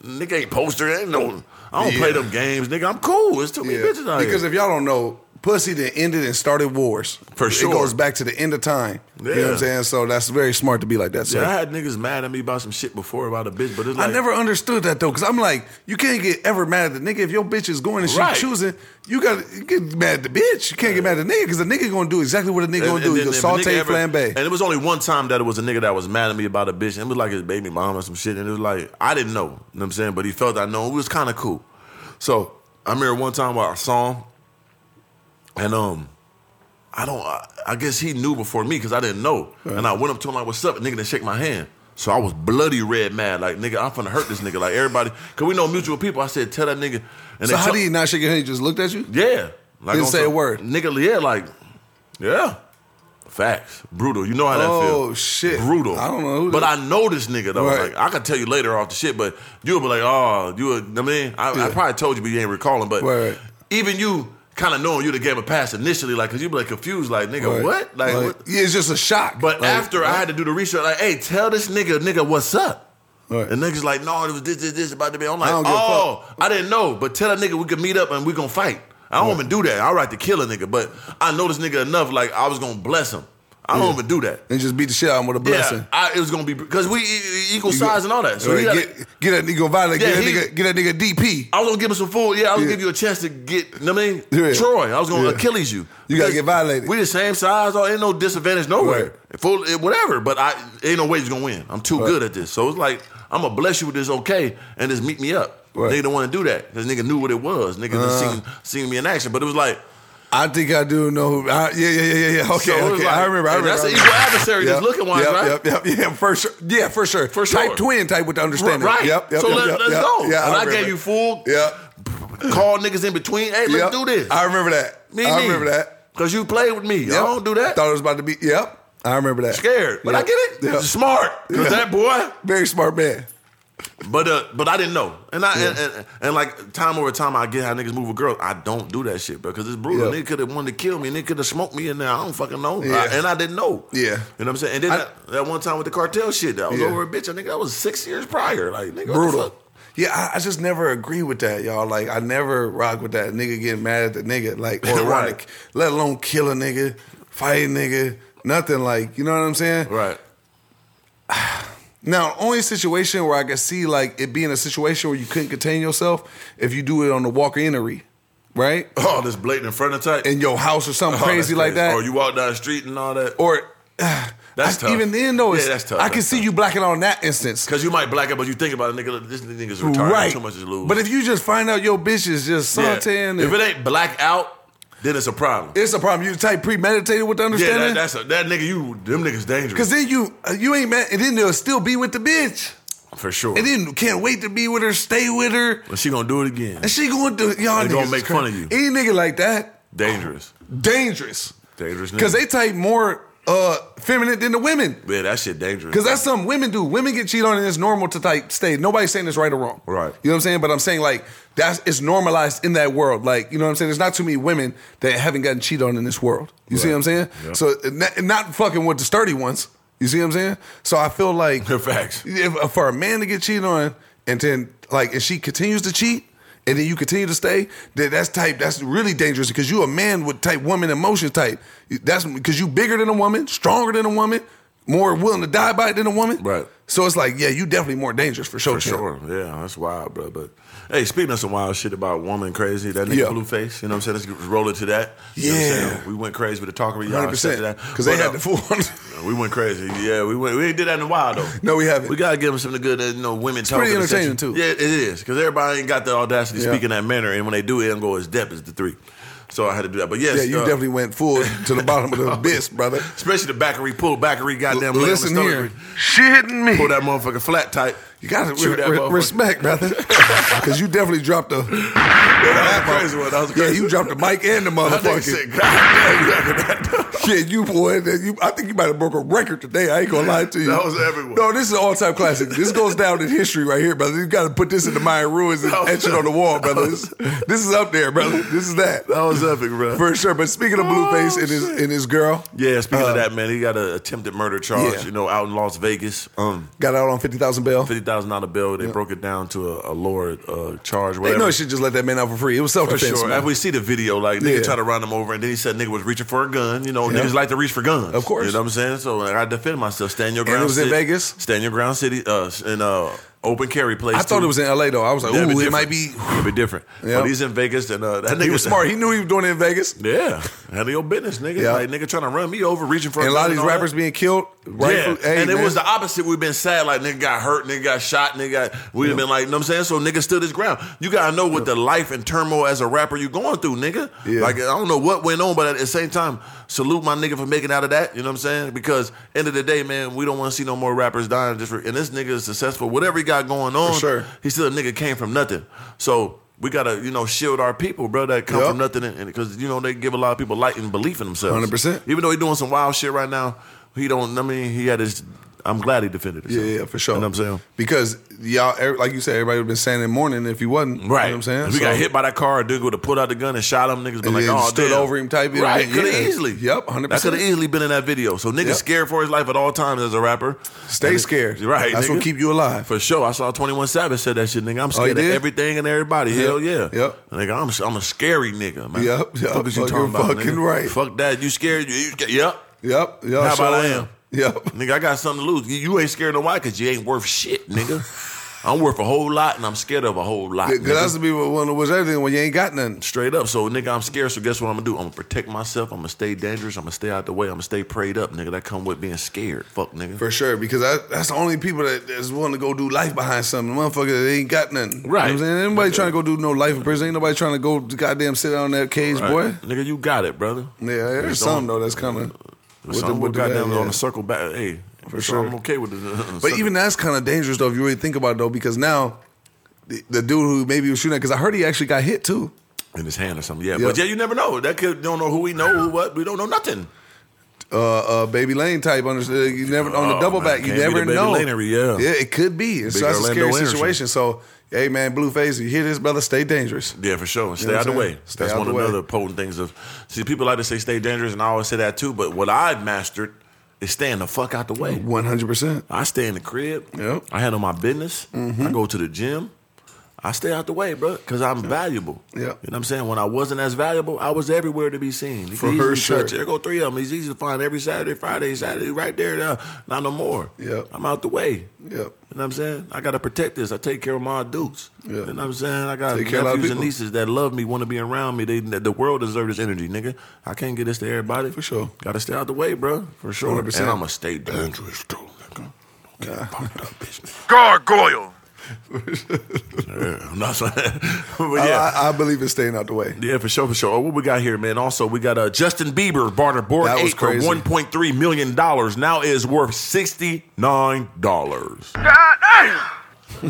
A: And nigga ain't poster. Ain't no. I don't
B: Yeah.
A: play them games, nigga. I'm cool. It's too many
B: Yeah.
A: bitches out here.
B: Because if y'all don't know, Pussy that ended and started wars.
A: For sure.
B: It goes back to the end of time. You know what
A: Yeah.
B: I'm saying? So that's very smart to be like that. So
A: Yeah, I had niggas mad at me about some shit before about a bitch, but it's like
B: I never understood that though, because I'm like, you can't get ever mad at the nigga if your bitch is going and she
A: Right.
B: choosing. You got to get mad at the bitch. You can't get mad at the nigga because the nigga gonna do exactly what a nigga gonna do.
A: then
B: He's gonna
A: if a
B: saute,
A: nigga ever-
B: flambe.
A: And it was only one time that it was a nigga that was mad at me about a bitch. And it was like his baby mom or some shit. And it was like, I didn't know. You know what I'm saying? But he felt I know. It was kind of cool. So I remember one time where I saw him. And um, I don't, I, I guess he knew before me because I didn't know. And I went up to him like, what's up? And nigga didn't shake my hand. So I was bloody red mad. Like, nigga, I'm finna hurt this nigga. Like, everybody, because we know mutual people. I said, tell that nigga. And
B: So
A: they
B: how
A: tell-
B: do you not shake your hand? He just looked at you.
A: yeah. Like
B: Didn't
A: on
B: say a
A: some-
B: word.
A: Nigga, yeah, like, yeah. Facts. Brutal. You know how that
B: Oh,
A: feels.
B: shit.
A: Brutal.
B: I don't know who
A: But
B: that-
A: I know this nigga though.
B: Right.
A: Like I could tell you later off the shit, but you'll be like, oh, you a, I mean, I, I
B: Yeah.
A: probably told you but you ain't recalling, but
B: Right, right.
A: even you kind of knowing you the gave a pass initially, like cause you be like confused, like nigga,
B: Right.
A: what? Like, what?
B: yeah, it's just a shock.
A: But
B: Like,
A: after I had to do the research, like, hey, tell this nigga, nigga, what's up?
B: Right.
A: And niggas like, no, it was this, this, this about to be. I'm like,
B: I don't give a
A: oh, I didn't know. But tell that nigga we could meet up and we gonna fight. I don't even do that. I like to kill a nigga, but I know this nigga enough. Like I was gonna bless him. I don't even do that.
B: and just beat the shit out of him with a blessing.
A: Yeah, I, it was gonna be because we e- e- equal
B: You
A: size
B: go-
A: and all that. So
B: Right,
A: he gotta-
B: get, get that nigga violent.
A: Yeah,
B: get,
A: he-
B: that nigga, get that nigga DP.
A: I was gonna give him some food. Yeah, I was
B: Yeah.
A: gonna give you a chance to get. You know what I mean,
B: Yeah.
A: Troy, I was gonna
B: Yeah.
A: Achilles you.
B: You gotta
A: Because
B: get violated.
A: We the same size. Or ain't no disadvantage nowhere.
B: Right.
A: Full, eh, whatever. But I ain't no way he's gonna win. I'm too good at this. So it's like I'm gonna bless you with this okay and just meet me up.
B: Right.
A: Nigga don't want to do that because nigga knew what it was. Nigga just
B: Uh.
A: seen, seen me in action. But it was like
B: I think I do know. Who, I, yeah, yeah, yeah, yeah, yeah. Okay,
A: So it was
B: okay.
A: like-
B: I remember. I
A: and
B: remember.
A: that's
B: I
A: an
B: remember.
A: equal adversary just looking-wise,
B: yep,
A: right?
B: Yep, yep, yeah, for sure. Yeah, for sure.
A: For sure.
B: Type twin, type with the understanding.
A: right.
B: Yep, yep.
A: so
B: yep,
A: let,
B: yep,
A: let's
B: yep,
A: go.
B: Yeah,
A: and I, gave
B: remember.
A: you full
B: Yep.
A: call niggas in between. Hey, let's
B: yep.
A: do this.
B: I remember that.
A: Me
B: I
A: neither.
B: remember that.
A: Cause you played with me. I don't do that.
B: Thought it was about to be. Yep. I remember that.
A: Scared, but I
B: Yep,
A: get it.
B: yep.
A: Smart, 'Cause
B: Yeah.
A: that boy.
B: Very smart man.
A: But uh, but I didn't know, and I and, and, and like time over time, I get how niggas move with girls. I don't do that shit because it's brutal.
B: Yeah.
A: They could have wanted to kill me, and they could have smoked me in there. I don't fucking know, I-
B: Yeah.
A: and I didn't know.
B: Yeah.
A: you know what I'm saying. And then
B: I-
A: that, that one time with the cartel shit, that was
B: Yeah.
A: over a bitch. I think that was six years prior. Like nigga, What the
B: brutal.
A: fuck?
B: Yeah, I, I just never agree with that, y'all. Like, I never rock with that nigga getting mad at the nigga, like, or
A: Right.
B: right. to let alone kill a nigga, fight a nigga, nothing. Like, you know what I'm saying?
A: Right.
B: Now, only situation where I could see like it being a situation where you couldn't contain yourself if you do it on the Walker Innery, right?
A: Oh, this blatant inferno
B: In your house or
A: Oh,
B: something crazy like that,
A: Or you walk down the street and all that.
B: or
A: That's
B: I-
A: tough.
B: even then though,
A: Yeah,
B: it's,
A: that's tough.
B: I can
A: That's
B: see you blacking out in that instance.
A: Cause you might black out, but you think about it, nigga. This nigga's retarded.
B: Right.
A: Too much to lose.
B: But if you just find out your bitch is just
A: Yeah.
B: suntan, and-
A: if it ain't black out, then it's a problem.
B: it's a problem. You type premeditated with the
A: Yeah, that,
B: understanding.
A: that's a, that nigga. You them niggas
B: Cause
A: dangerous
B: then you uh, you ain't mad, and then they'll still be with the bitch,
A: for sure.
B: and then can't wait to be with her, stay with her,
A: But she gonna do it again.
B: and she going to y'all.
A: They gonna
B: niggas
A: make
B: is
A: fun
B: crazy.
A: of
B: Any nigga like that,
A: Dangerous,
B: dangerous.
A: dangerous.
B: Because
A: nigga.
B: they type more uh feminine than the women.
A: yeah, that shit dangerous.
B: Because that's something women do. Women get cheated on, and it's normal to type stay. Nobody's saying it's right or wrong.
A: Right.
B: You know what I'm saying? But I'm saying like that's it's normalized in that world. Like you know what I'm saying? There's not too many women that haven't gotten cheated on in this world. You see
A: Right.
B: what I'm saying?
A: Yeah.
B: So not, not fucking with the sturdy ones. You see what I'm saying? So I feel like
A: facts.
B: if, uh, for a man to get cheated on and then like and she continues to cheat and then you continue to stay then that's type that's really dangerous because you a man with type woman emotion type that's because you bigger than a woman stronger than a woman more willing to die by it than a woman
A: Right.
B: so it's like yeah you definitely more dangerous for sure
A: For sure. Yeah, that's wild, bro. But hey, speaking of some wild shit about woman crazy, that nigga
B: Yeah.
A: Blueface, you know what I'm saying? Let's get- roll it to that. You know what I'm
B: Yeah.
A: saying? we went crazy with the talkery. Y'all
B: 100
A: accepted that.
B: percent because they
A: But,
B: had
A: uh,
B: the full one
A: We went crazy. Yeah, we went. We ain't did that in a while though.
B: No, we haven't.
A: We gotta give them something good. That, you know, women talk.
B: pretty
A: in the
B: entertaining,
A: session.
B: too.
A: Yeah, it is because everybody ain't got the audacity to
B: Yeah.
A: speak in that manner, and when they do, it don't go as depth as the three. So I had to do that. But yes, Oh.
B: yeah you
A: uh,
B: definitely went full to the bottom of the abyss brother
A: Especially the backery pull, backery goddamn. leg on the
B: listen
A: stomach.
B: here she hitting me
A: Pull that motherfucker flat tight.
B: You gotta
A: Chew
B: re-
A: that
B: re-
A: motherfucker.
B: respect, brother, because you definitely dropped the.
A: That was a crazy one. That was a
B: Yeah,
A: crazy.
B: you dropped the mic and the
A: That nigga said,
B: motherfucking.
A: "God damn, you ever done that?"
B: Shit, you boy, that you, I think you might have broke a record today. I ain't gonna lie to you.
A: That was everyone.
B: No, this is an all-time classic. This goes down in history right here, brother. You got to put this in the Mayan ruins and
A: That was-
B: etch it on the wall, brother. This, this is up there, brother. This is that
A: That was Oh, epic, bro.
B: for sure. But speaking of Blueface and his and his girl,
A: yeah, speaking
B: Uh,
A: of that, man, he got an attempted murder charge.
B: yeah.
A: You know, out in Las Vegas. Um,
B: got out on fifty thousand bail.
A: fifty thousand thousand dollar bill. They broke it down to a, a lower uh, charge.
B: They
A: Whatever.
B: know you should just let that man out for free. It was self
A: For
B: defense.
A: sure. And we see the video, like nigga
B: Yeah.
A: try to run him over, and then he said nigga was reaching for a gun. You know,
B: Yeah.
A: niggas like to reach for guns.
B: Of course.
A: You know what I'm saying? So like, I defend myself. Stand your
B: And it
A: ground.
B: was in
A: city-
B: Vegas?
A: Stand your ground city uh in uh open carry place.
B: I thought
A: too.
B: it was in L.A. though. I was like,
A: That'd
B: ooh, it
A: different.
B: might be.
A: It'd be different.
B: Yeah.
A: But he's in Vegas and uh that nigga
B: He was smart. He knew he was doing it in Vegas.
A: Yeah. Handle your business, nigga.
B: Yeah.
A: Like nigga trying to run me over, reaching for
B: And a lot
A: gun
B: of these
A: all that.
B: rappers being killed. Right
A: yeah,
B: for- hey,
A: and it
B: man.
A: was the opposite. We've been sad, like nigga got hurt, nigga got shot, nigga. Got, we've been like, you know what I'm saying? So nigga stood his ground. You gotta know what the life and turmoil as a rapper you going through, nigga.
B: Yeah.
A: Like I don't know what went on, but at the same time, salute my nigga for making out of that. You know what I'm saying? Because end of the day, man, we don't want to see no more rappers dying. Just for, and this nigga is successful. Whatever he got going on,
B: sure.
A: he still a nigga came from nothing. So. We gotta, you know, shield our people, bro. That come
B: Yup.
A: from nothing, and because you know they give a lot of people light and belief in themselves.
B: 100%.
A: Even though he's doing some wild shit right now, he don't. I mean, he had his. I'm glad he defended
B: Yeah,
A: himself.
B: yeah, for sure.
A: You know what I'm saying?
B: Because y'all, every- like you said, everybody would been saying in morning if he wasn't. You know what I'm saying?
A: If we got
B: So-
A: hit by that car, a dude would have pulled out the gun and shot him. Niggas been
B: And
A: like,
B: then
A: oh,
B: stood
A: damn."
B: over him type it.
A: Right,
B: Yeah.
A: could have easily.
B: Yep, 100%.
A: That could have easily been in that video. So niggas
B: Yep.
A: scared for his life at all times as a rapper.
B: Stay
A: And it-
B: scared.
A: Right.
B: That's what
A: nigga.
B: keep you alive.
A: For sure. I saw 21 Savage said that shit, nigga. I'm
B: he
A: scared of
B: did?
A: everything and everybody. Hell yeah.
B: Yep.
A: Nigga, I'm, I'm a scary nigga, man.
B: Yep,
A: The
B: yep.
A: Fuck is you
B: Fucking
A: talking about,
B: fucking
A: nigga?
B: right.
A: Fuck that. You scared? You, you scared? Yep.
B: Yep. Y'all
A: How about
B: sure
A: I am?
B: Yep.
A: Nigga, I got something to lose. You- You ain't scared of why? Because you ain't worth shit, nigga. I'm worth a whole lot and I'm scared of a whole lot.
B: Because
A: nigga.
B: that's the people want to wish everything when you ain't got nothing.
A: Straight up. So, nigga, I'm scared. So, guess what I'm gonna do? I'm gonna protect myself. I'm gonna stay dangerous. I'm gonna stay out the way. I'm gonna stay prayed up, nigga. That come with being scared. Fuck, nigga.
B: For sure, because I, that's the only people that is willing to go do life behind something. Motherfucker that ain't got nothing. You know what
A: Right.
B: I'm saying? Ain't nobody trying to go do no life in prison. Ain't nobody trying to go goddamn sit down in that cage,
A: Right.
B: boy.
A: Nigga, you got it, brother.
B: Yeah,
A: It's
B: there's
A: on.
B: some though that's coming.
A: With
B: the- with the
A: goddamn
B: bad,
A: on
B: yeah.
A: the circle back. Hey, for
B: sure.
A: I'm okay with uh, it.
B: But even that's kind of dangerous though if you really think about it though, because now the, the dude who maybe was shooting at, because I heard he actually got hit too.
A: in his hand or something. Yeah.
B: Yeah.
A: But yeah, you never know. That could don't know who we know, who what. We don't know nothing.
B: Uh, uh, baby Lane type under uh, you never on the
A: Oh,
B: double
A: man,
B: back you
A: can't be
B: never
A: the Baby
B: know
A: Lanery, yeah.
B: yeah it could be And so
A: Big
B: that's
A: Orlando
B: a scary
A: energy.
B: situation so hey man Blueface you hear this brother stay dangerous
A: Yeah, for sure. And stay
B: know what
A: out the
B: I'm
A: way.
B: saying? Stay
A: That's
B: out
A: one
B: the
A: of
B: way.
A: the other potent things of see people like to say stay dangerous, and I always say that too. But what I've mastered is staying the fuck out the way.
B: one hundred percent
A: I stay in the crib.
B: Yep. Mm-hmm.
A: I handle my business. I go to the gym. I stay out the way, bro, because I'm valuable.
B: Yep.
A: You know what I'm saying? When I wasn't as valuable, I was everywhere to be seen. You
B: For
A: could
B: her
A: easily
B: sure.
A: touch it. There go three of them. It's easy to find every Saturday, Friday, Saturday, right there. Now, not no more.
B: Yep.
A: I'm out the way.
B: Yep.
A: You know what I'm saying? I got to protect this. I take care of my dudes.
B: Yeah.
A: You know what I'm saying? I got
B: Take care of a lot of
A: nephews and
B: people.
A: nieces that love me, want to be around me. They The world deserves this energy, nigga. I can't get this to everybody. For
B: sure.
A: Got to stay out the way, bro. For sure.
B: 100%.
A: And I'm going to stay dangerous, too, nigga.
D: Gargoyle.
A: Yeah, I'm not saying. but
B: I-
A: yeah.
B: I, I believe it's staying out the way
A: yeah, for sure, for sure. Oh, what we got here, man? Also, we got uh, Justin Bieber barter board
B: That
A: eight
B: was
A: for
B: crazy.
A: one point three million dollars. Now is worth sixty nine dollars.
D: God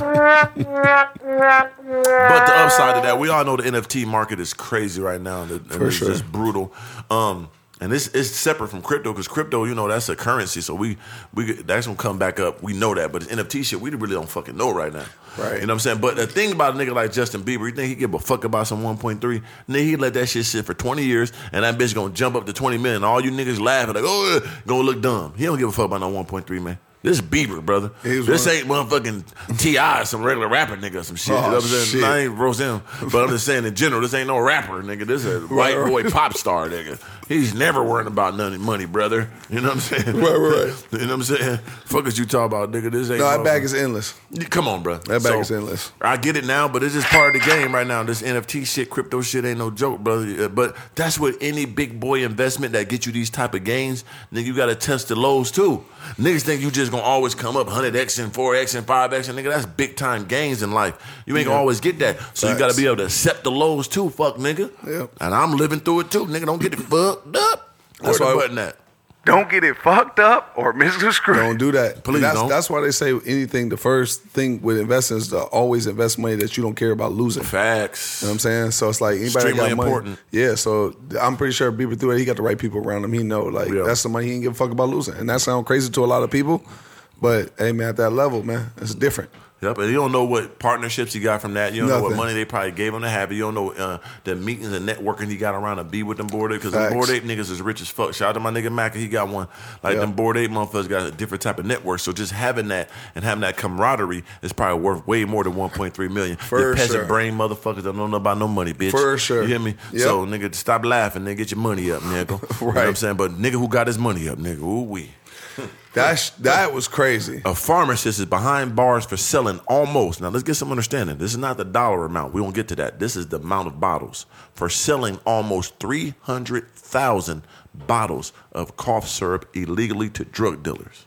D: damn.
A: But the upside of that, we all know the NFT market is crazy right now. and it- and it's
B: sure.
A: just brutal. Um, and it's it's separate from crypto because crypto, you know, that's a currency. So we we that's gonna come back up. We know that, but it's NFT shit, we really don't fucking know right now.
B: Right.
A: You know what I'm saying? But the thing about a nigga like Justin Bieber, you think he give a fuck about some 1.3? Nigga, he let that shit sit for 20 years, and that bitch gonna jump up to 20 million. All you niggas laughing like, oh, yeah, gonna look dumb. He don't give a fuck about no 1.3 man. This is Bieber, brother.
B: He was
A: This
B: one-
A: ain't motherfucking Ti, some regular rapper nigga, or some shit. You know what I'm
B: Oh,
A: saying?
B: shit.
A: I ain't roast him, but I'm just saying in general, this ain't no rapper, nigga. This is a white
B: right.
A: boy pop star, nigga. He's never worrying about none money, brother. You know what I'm saying?
B: Right, right, right.
A: you know what I'm saying? Fuck is you talking about, nigga? This ain't
B: no that
A: no-
B: bag is endless
A: Yeah, Come on, bro.
B: That bag is endless.
A: I get it now, but it's just part of the game right now. This NFT shit, crypto shit ain't no joke, brother. Uh, But that's what any big boy investment that get you these type of gains, nigga, you gotta test the lows too. Niggas think you just gonna always come up 100x and 4x and 5x, and nigga, that's big time gains in life. You ain't gonna always get that. So you gotta
B: Facts.
A: be able to accept the lows too, fuck nigga.
B: Yep.
A: And I'm living through it too, nigga. Don't get it fucked up. That's
B: That's
A: why
B: why-
A: I wasn't that.
D: Don't get it fucked up or misconstrued.
B: don't do that
A: Please
B: that's,
A: don't.
B: that's why they say anything the first thing with investing is to always invest money that you don't care about losing
A: Facts.
B: You know what I'm saying? So it's like anybody that
A: Extremely
B: got money.
A: important.
B: Yeah, so I'm pretty sure Bieber threw it. He got the right people around him. He know like
A: Yeah.
B: that's somebody he ain't give a fuck about losing. And that sounds crazy to a lot of people, but hey man, at that level, man, it's different.
A: Yep, and you don't know what partnerships he got from that. You don't know what
B: Nothing.
A: money they probably gave him to have. it. You don't know uh, the meetings and networking he got around to be with them board because the
B: Facts.
A: board ape niggas is rich as fuck. Shout out to my nigga Mac, he got one. Like
B: Yeah.
A: them board ape motherfuckers got a different type of network. So just having that and having that camaraderie is probably worth way more than one point three million.
B: For
A: you peasant
B: sure.
A: brain motherfuckers don't know about no money, bitch.
B: For sure.
A: you hear me?
B: Yep.
A: So nigga, stop laughing. Nigga, get your money up, nigga. You know what I'm
B: Right.
A: saying? But nigga who got his money up, nigga, ooh wee.
B: That's that was crazy.
A: A pharmacist is behind bars for selling almost. Now let's get some understanding. This is not the dollar amount. We won't get to that. This is the amount of bottles for selling almost 300,000 bottles of cough syrup illegally to drug dealers.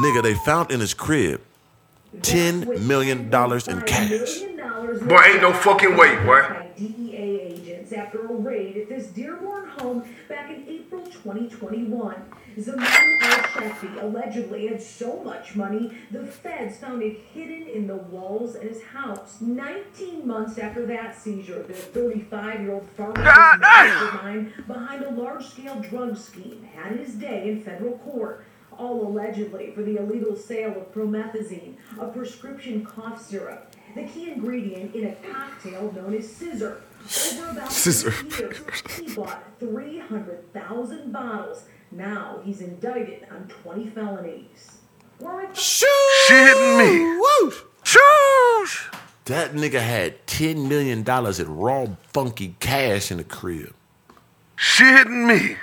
A: Nigga, they found in his crib $10 million in cash.
D: Boy, ain't no fucking way, boy.
E: DEA E agents after a raid at this Dearborn home back in April 2021. Zaman El Shafi allegedly had so much money, the feds found it hidden in the walls at his house. 19 months after that seizure, the 35 year old farmer
D: God damn!
E: mastermind behind a large scale drug scheme had his day in federal court. All allegedly for the illegal sale of promethazine, a prescription cough syrup, the key ingredient in a cocktail known as scissor. Over about
B: Scissor.
E: six years, he bought 300,000 bottles. Now he's indicted on 20 felonies. Warwick
B: She hitting me.
D: Shoes.
A: That nigga had $10 million in raw, funky cash in the crib.
D: She hitting me.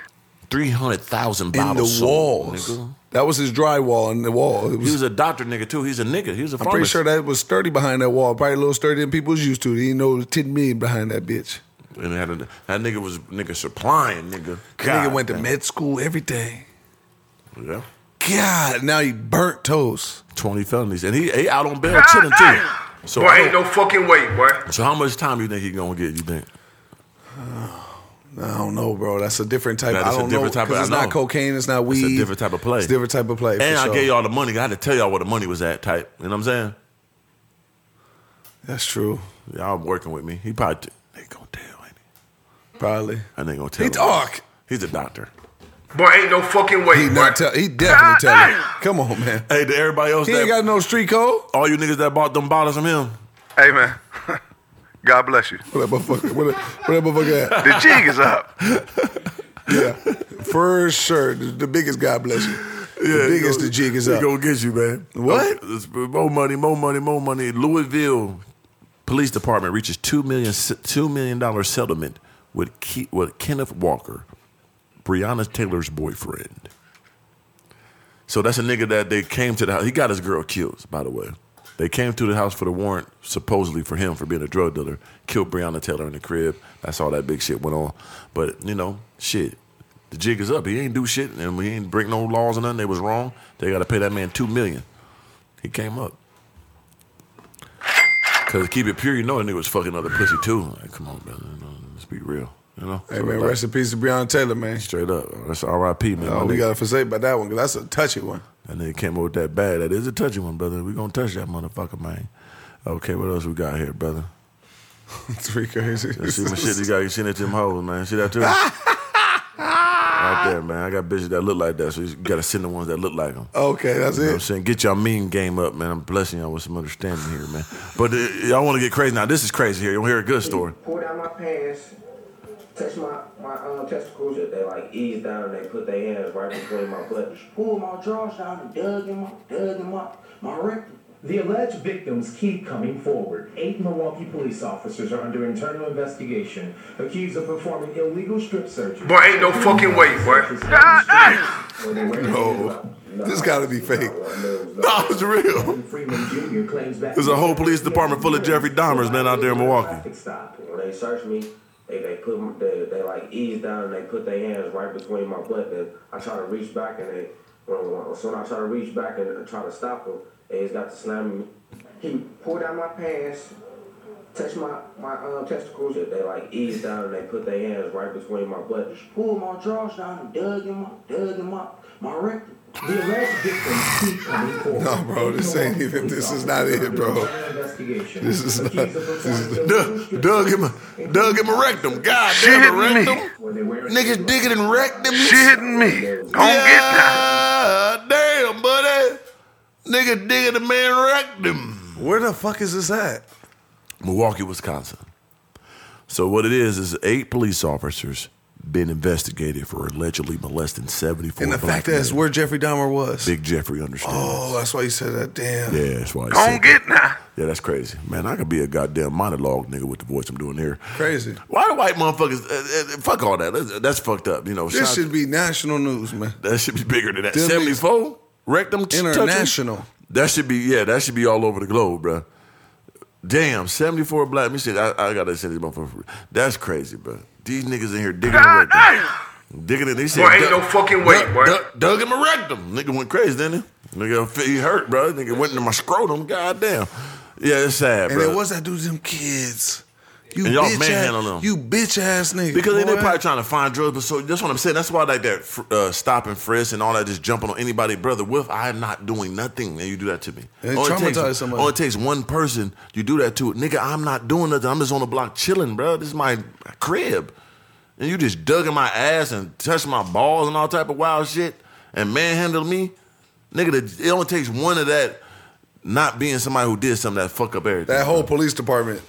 A: 300,000
B: In
A: bottles.
B: the
A: sold,
B: walls.
A: nigga.
B: That was his drywall in the wall. It
A: He
B: was,
A: was a doctor nigga too. He's a nigga. He was a
B: I'm pretty
A: pharmacist.
B: sure that was sturdy behind that wall. Probably a little sturdier than people was used to. They didn't know it was 10 million behind that bitch.
A: And had a, that nigga was nigga supplying nigga.
B: That
A: God
B: nigga went to
A: damn.
B: med school, everything.
A: Yeah.
B: God, now he burnt toast.
A: Twenty felonies, and he, he out on bail
D: God
A: chilling too.
D: damn.
A: So,
D: Boy,
A: I
D: ain't
A: don't-
D: no fucking way, boy.
A: so how much time you think he gonna get? You think?
B: I don't know, bro. That's a different type.
A: That
B: I
A: is a
B: don't
A: different
B: know
A: type of-
B: 'cause
A: I
B: it's not
A: know.
B: cocaine. It's not weed.
A: It's a different type of play.
B: It's a different type of play.
A: And
B: for
A: I
B: sure.
A: gave y'all the money. I had to tell y'all where the money was at. Type. You know what I'm saying?
B: That's true.
A: Y'all working with me. He probably t- they gonna tell. Ain't he?
B: Probably.
A: I ain't gonna tell.
B: He
A: him.
B: talk.
A: He's a doctor.
D: Boy, ain't no fucking way,
B: He
D: boy.
B: not tell. He definitely tell. you.
D: damn.
B: Come on, man.
A: Hey, to everybody else,
B: He
A: that,
B: ain't got no street code.
A: all you niggas that bought them bottles from him.
D: hey, man. God bless you.
B: What that motherfucker? What that, what that motherfucker? At?
D: The jig is up.
B: Yeah, for sure. The, the biggest God bless you. the biggest the jig is
A: he
B: up.
A: gonna get you, man.
B: What?
A: Okay, it's more money, more money, more money. Louisville Police Department reaches two million two million dollar settlement with Ke- with Kenneth Walker, Breonna Taylor's boyfriend. So that's a nigga that they came to the house. He got his girl killed, by the way. They came to the house for the warrant, supposedly for him for being a drug dealer. Killed Breonna Taylor in the crib. That's all that big shit went on. But you know, shit. The jig is up. He ain't do shit, and he ain't break no laws or nothing. They was wrong. They got to pay that man two million. He came up. Cause keep it pure, you know the nigga was fucking other pussy too. Like, come on, brother. You know, let's be real. You know,
B: Hey man,
A: Like,
B: rest in peace to Breonna Taylor, man.
A: straight up. That's R.I.P. Man. My
B: All we
A: nigga.
B: got to say about that one, 'cause that's a touchy one.
A: And they came up with that bag. That is a touchy one, brother. we going to touch that motherfucker, man. Okay, what else we got here, brother?
B: Three crazy.
A: Let's see my shit. You got to send it to them hoes, man. See that too? right there, man. I got bitches that look like that, so you got to send the ones that look like them.
B: Okay, that's
A: You know what I'm
B: it.
A: saying? Get y'all mean game up, man. I'm blessing y'all with some understanding here, man. But uh, y'all want to get crazy. Now, this is crazy here. You want to hear a good story.
F: Pull down my pants, touch my, my um, testicles. They like ease down and they put their hands right between my butt. Pull my drawers down and dug in my, dug in my, my rectum.
G: The alleged victims keep coming forward. Eight Milwaukee police officers are under internal investigation, accused of performing illegal strip searches.
D: Boy, ain't no fucking way, boy. God
B: No, this got to be fake.
A: No, it's real.
G: Freeman Jr. claims that
A: There's a whole police department full of Jeffrey Dahmers, man, out there in Milwaukee.
G: Stop.
F: When they searched me, they, they put my- they, they like ease down and they put their hands right between my butt. Then I try to reach back and they when, when, so when I try to reach back and try to stop him, they just got to slam me. He pulled out my pants, touched my my um, testicles. They like ease down and they put their hands right between my butt. Pulled my drawers down and dug in my dug in my my rectum.
G: The alleged victims keep coming forward.
B: No, bro, this ain't even- this is not it, bro. This is not- this is-
A: Doug, Doug him, Doug him a rectum. God
B: She
A: damn a
B: hitting me.
A: rectum. Niggas digging and rectum.
B: hitting me.
A: yeah, damn, buddy. Niggas nigga digging the man wrecked him.
B: Where the fuck is this at?
A: Milwaukee, Wisconsin. So what it is is eight police officers been investigated for allegedly molesting seventy four.
B: And the fact that it's where Jeffrey Dahmer was.
A: Big Jeffrey understands.
B: Oh, that's why you said that. Damn.
A: Yeah, that's why. I
B: Don't
A: said
B: get now.
A: Yeah, that's crazy, man. I could be a goddamn monologue nigga with the voice I'm doing here.
B: Crazy.
A: Why do white motherfuckers? Uh, uh, fuck all that. That's, that's fucked up. You know,
B: This
A: shout-
B: should be national news, man.
A: that should be bigger than that.
B: Them
A: Seventy
B: niggas-
A: four rectum t- touching?
B: International.
A: That should be yeah. That should be all over the globe, bro. Damn, seventy four black. Let me see. I, I gotta say this motherfucker. That's crazy, bro. These niggas in here digging a
D: God
A: rectum.
D: damn.
A: Digging it. They said,
D: Boy, ain't
A: "Dug-
D: no fucking way,
A: dug-
D: boy."
A: dug- Dug him a rectum. Nigga went crazy, didn't he? Nigga, he hurt, bro. Nigga went into my scrotum. Goddamn. Yeah, it's sad,
B: And
A: bro.
B: it was that dude's them kids. You
A: And y'all
B: bitch
A: manhandle
B: ass,
A: them.
B: You bitch ass nigga.
A: Because they, they
B: boy.
A: probably trying to find drugs, but so that's what I'm saying. That's why like that fr- uh, stop and frisk and all that, just jumping on anybody, brother. With I am not doing nothing, and you do that to me.
B: It
A: All
B: traumatize
A: takes,
B: somebody.
A: all it takes one person. You do that to nigga. I'm not doing nothing. I'm just on the block chilling, bro. This is my crib, and you just dug in my ass and touched my balls and all type of wild shit and manhandled me, nigga. The, it only takes one of that. Not being somebody who did something that fuck up everything.
B: That whole police department.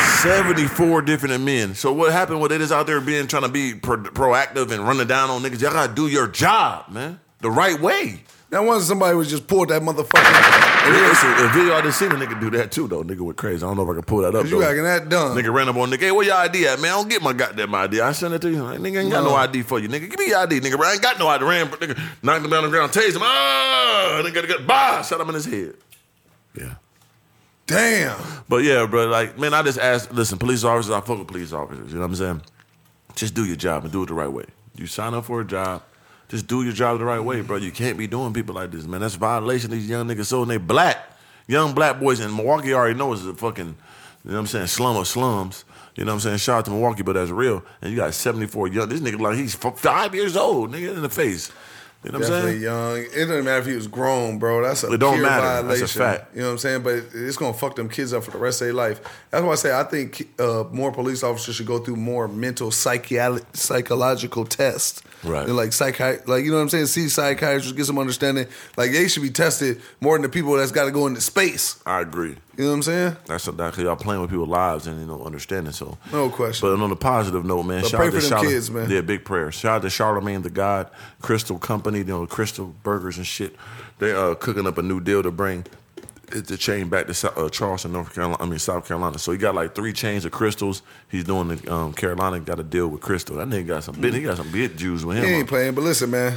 A: 74 different men. So what happened with it is out there being trying to be pro- proactive and running down on niggas. Y'all gotta do your job, man, the right way.
B: That wasn't somebody was just pulled that motherfucker.
A: And it's a, a video I just seen a nigga do that too though. Nigga went crazy. I don't know if I can pull that up.
B: You
A: though.
B: acting that dumb.
A: Nigga ran up on nigga. Hey, where your ID at, man? I don't get my goddamn ID. I sent it to you. Like, nigga ain't got no.
B: No.
A: ID for you, nigga. Give me your ID, nigga. Bro, I ain't got no ID. Ran, nigga, knocked him down on the ground, tased him. Ah, nigga, nigga, bah, shot him in his head. Yeah.
B: Damn.
A: But yeah, bro, like, man, I just ask, listen, police officers, I fuck with police officers. You know what I'm saying? Just do your job and do it the right way. You sign up for a job, just do your job the right way, bro. You can't be doing people like this, man. That's violation of these young niggas' soul, and they black. Young black boys in Milwaukee already know it's a fucking, you know what I'm saying, slum of slums. You know what I'm saying? Shout out to Milwaukee, but that's real. And you got 74 young, this nigga like he's f- five years old, nigga, in the face. You know what I'm
B: Definitely
A: saying?
B: young. It doesn't matter if he was grown, bro. That's a
A: It don't
B: pure
A: matter. That's
B: violation.
A: a fact.
B: You know what I'm saying? But it- it's gonna fuck them kids up for the rest of their life. That's why I say I think uh, more police officers should go through more mental psychiatric psychological tests.
A: Right.
B: And like psychi- like you know what I'm saying? See psychiatrists, get some understanding. Like they should be tested more than the people that's got to go into space.
A: I agree.
B: You know what I'm saying?
A: That's because y'all playing with people's lives and you don't understand it. So
B: No question.
A: But on a positive note, man,
B: But
A: shout
B: pray
A: out to
B: for them
A: Charla-
B: kids, man.
A: Yeah, big prayer. Shout out to Charlemagne the God, Crystal Company, you know, Crystal Burgers and shit. They uh cooking up a new deal to bring it- the chain back to Sou- uh, Charleston, North Carolina. I mean South Carolina. So he got like three chains of crystals. He's doing the um, Carolina. Got a deal with Crystal. That nigga got some big. He got some big Jews with him.
B: He ain't playing. But listen, man,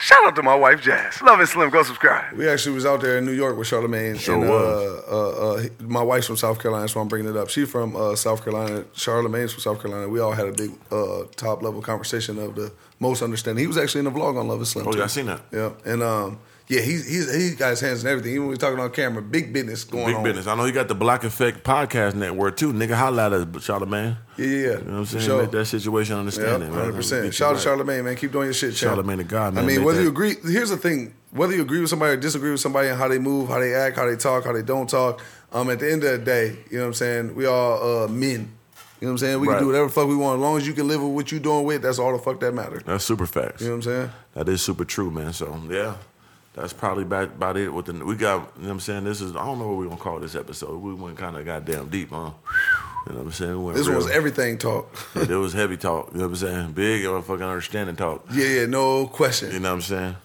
D: Shout out to my wife, Jazz. Love and Slim. Go subscribe.
B: we actually was out there in New York with Charlemagne.
A: Sure
B: and,
A: was.
B: Uh, uh, uh, my wife's from South Carolina, so I'm bringing it up. She from uh, South Carolina. Charlemagne's from South Carolina. We all had a big uh, top level conversation of the most understanding. He was actually in the vlog on Love is Slim.
A: Oh,
B: too.
A: yeah, I seen that.
B: Yeah, and um, yeah, he's, he's he got his hands in everything. Even when we talking on camera, big business going
A: Big
B: on.
A: business. I know he got the Black Effect Podcast Network too. Nigga, holla at us, Charlemagne.
B: Yeah, yeah, yeah.
A: You know what I'm
B: For
A: saying?
B: sure.
A: Make that situation
B: Yeah,
A: understanding.
B: hundred percent. Shout out to Charlemagne, man. Keep doing your shit, champ.
A: Charlemagne the God, man.
B: I mean,
A: Make
B: whether
A: that-
B: you agree, here's the thing: whether you agree with somebody or disagree with somebody and how they move, how they act, how they talk, how they don't talk. Um, at the end of the day, you know what I'm saying. We all uh, men. You know what I'm saying. We
A: Right.
B: can do whatever the fuck we want as long as you can live with what you doing with. That's all the fuck that matters.
A: That's super facts.
B: You know what I'm saying.
A: That is super true, man. So yeah, that's probably about, about it. With the we got, you know what I'm saying. This is I don't know what we're gonna call this episode. We went kind of goddamn deep, huh? You know what I'm saying? We went
B: This one was
A: real.
B: everything talk.
A: Yeah, it was heavy talk. You know what I'm saying? Big motherfucking understanding talk.
B: yeah, yeah, no
A: You
B: question.
A: know what I'm saying?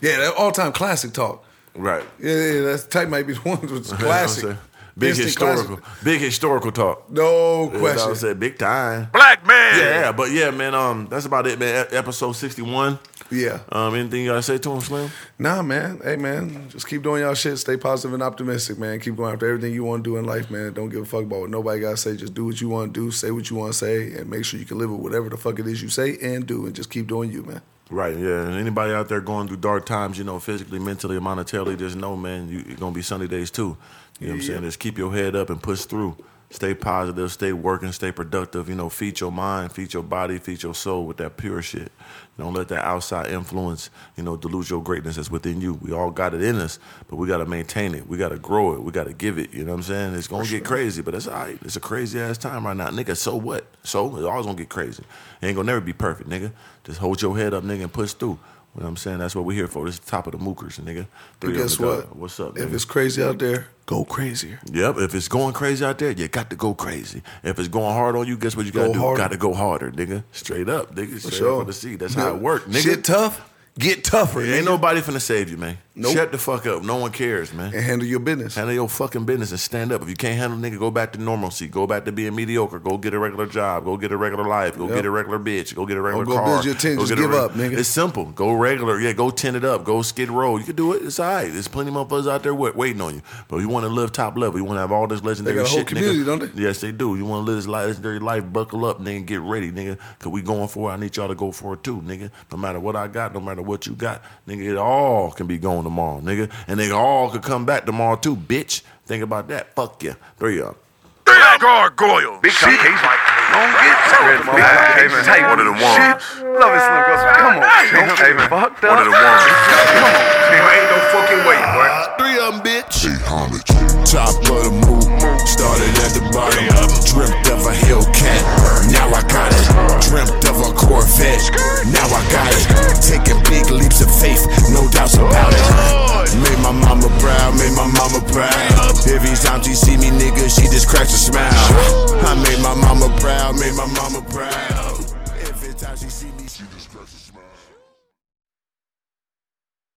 B: Yeah, that all time classic talk.
A: Right.
B: Yeah, yeah, that type might be the one that's
A: You know what I'm
B: classic.
A: saying? Big
B: Instant
A: historical,
B: classic.
A: big historical talk.
B: No
A: You know what I'm
B: question.
A: saying? Big time.
D: Black man.
A: Yeah, but yeah, man. Um, that's about it, man. E- Episode 61.
B: Yeah.
A: Um, anything you gotta say to him, Slim?
B: Nah, man. Hey, man. Just keep doing y'all shit. Stay positive and optimistic, man. Keep going after everything you want to do in life, man. Don't give a fuck about what nobody got to say. Just do what you want to do, say what you want to say, and make sure you can live with whatever the fuck it is you say and do, and just keep doing you, man.
A: Right, yeah. And anybody out there going through dark times, you know, physically, mentally, and monetarily, just know, man, you, it's going to be sunny days too. You know what I'm saying? Just keep your head up and push through. Stay positive, stay working, stay productive. You know, feed your mind, feed your body, feed your soul with that pure shit. Don't let that outside influence, you know, dilute your greatness that's within you. We all got it in us, but we got to maintain it. We got to grow it. We got to give it. You know what I'm saying? It's going to get crazy, but that's all right. It's a crazy ass time right now. Nigga, so what? So? It's always going to get crazy. It ain't going to never be perfect, nigga. Just hold your head up, nigga, and push through. You know what I'm saying? That's what we're here for. This is the top of the mookers, nigga. Three
B: But guess
A: on the dot.
B: what?
A: What's up,
B: If
A: nigga?
B: it's crazy out there, go crazier.
A: Yep, if it's going crazy out there, you got to go crazy. If it's going hard on you, guess what you got to
B: Go
A: do?
B: harder.
A: Got to go harder, nigga. Straight up, nigga. Straight up on the seat. That's how
B: Yeah.
A: it work, nigga.
B: Shit tough, get tougher.
A: Ain't
B: nigga.
A: nobody finna save you, man.
B: Nope.
A: Shut the fuck up. No one cares, man.
B: and handle your business.
A: Handle your fucking business and stand up. If you can't handle nigga, go back to normalcy. Go back to being mediocre. Go get a regular job. Go get a regular life. Go
B: Yep.
A: get a regular bitch. Go get a regular
B: go
A: car.
B: build your tent.
A: Go
B: Just
A: get a
B: give
A: reg-
B: up, nigga.
A: It's simple. Go regular. Yeah, go tent it up. Go skid row. You can do it. It's all right. There's plenty of motherfuckers out there wait, waiting on you. But you want to live top level. You want to have all this legendary
B: got a whole
A: shit,
B: community,
A: nigga.
B: don't they?
A: Yes, they do. You want to live this life, legendary life. Buckle up, nigga. Get ready, nigga. Cause we going for it. I need y'all to go for it too, nigga. No matter what I got, no matter what you got, nigga, it all can be gone tomorrow, nigga. And nigga, all could come back tomorrow too, bitch. Think about that. Fuck yeah. Three up.
H: Three gargoyle. Big
D: Shit.
H: he's like,
D: Don't get
H: Red motherfucker. Hey, man, take one of the ones.
D: Love it, Slim Guzzle. Come on, Tim. Hey, man. One
H: one of the ones.
D: Tim, ain't no fucking way, boy.
A: Three of them, bitch.
C: Pay homage. Top of the move, started at the bottom. Dreamt of a Hellcat, now I got it. Dreamt of a Corvette, now I got it. Taking big leaps of faith, no doubts about it. Made my mama proud, made my mama proud. Every time she see me, nigga, she just cracks a smile. I made my mama proud, made my mama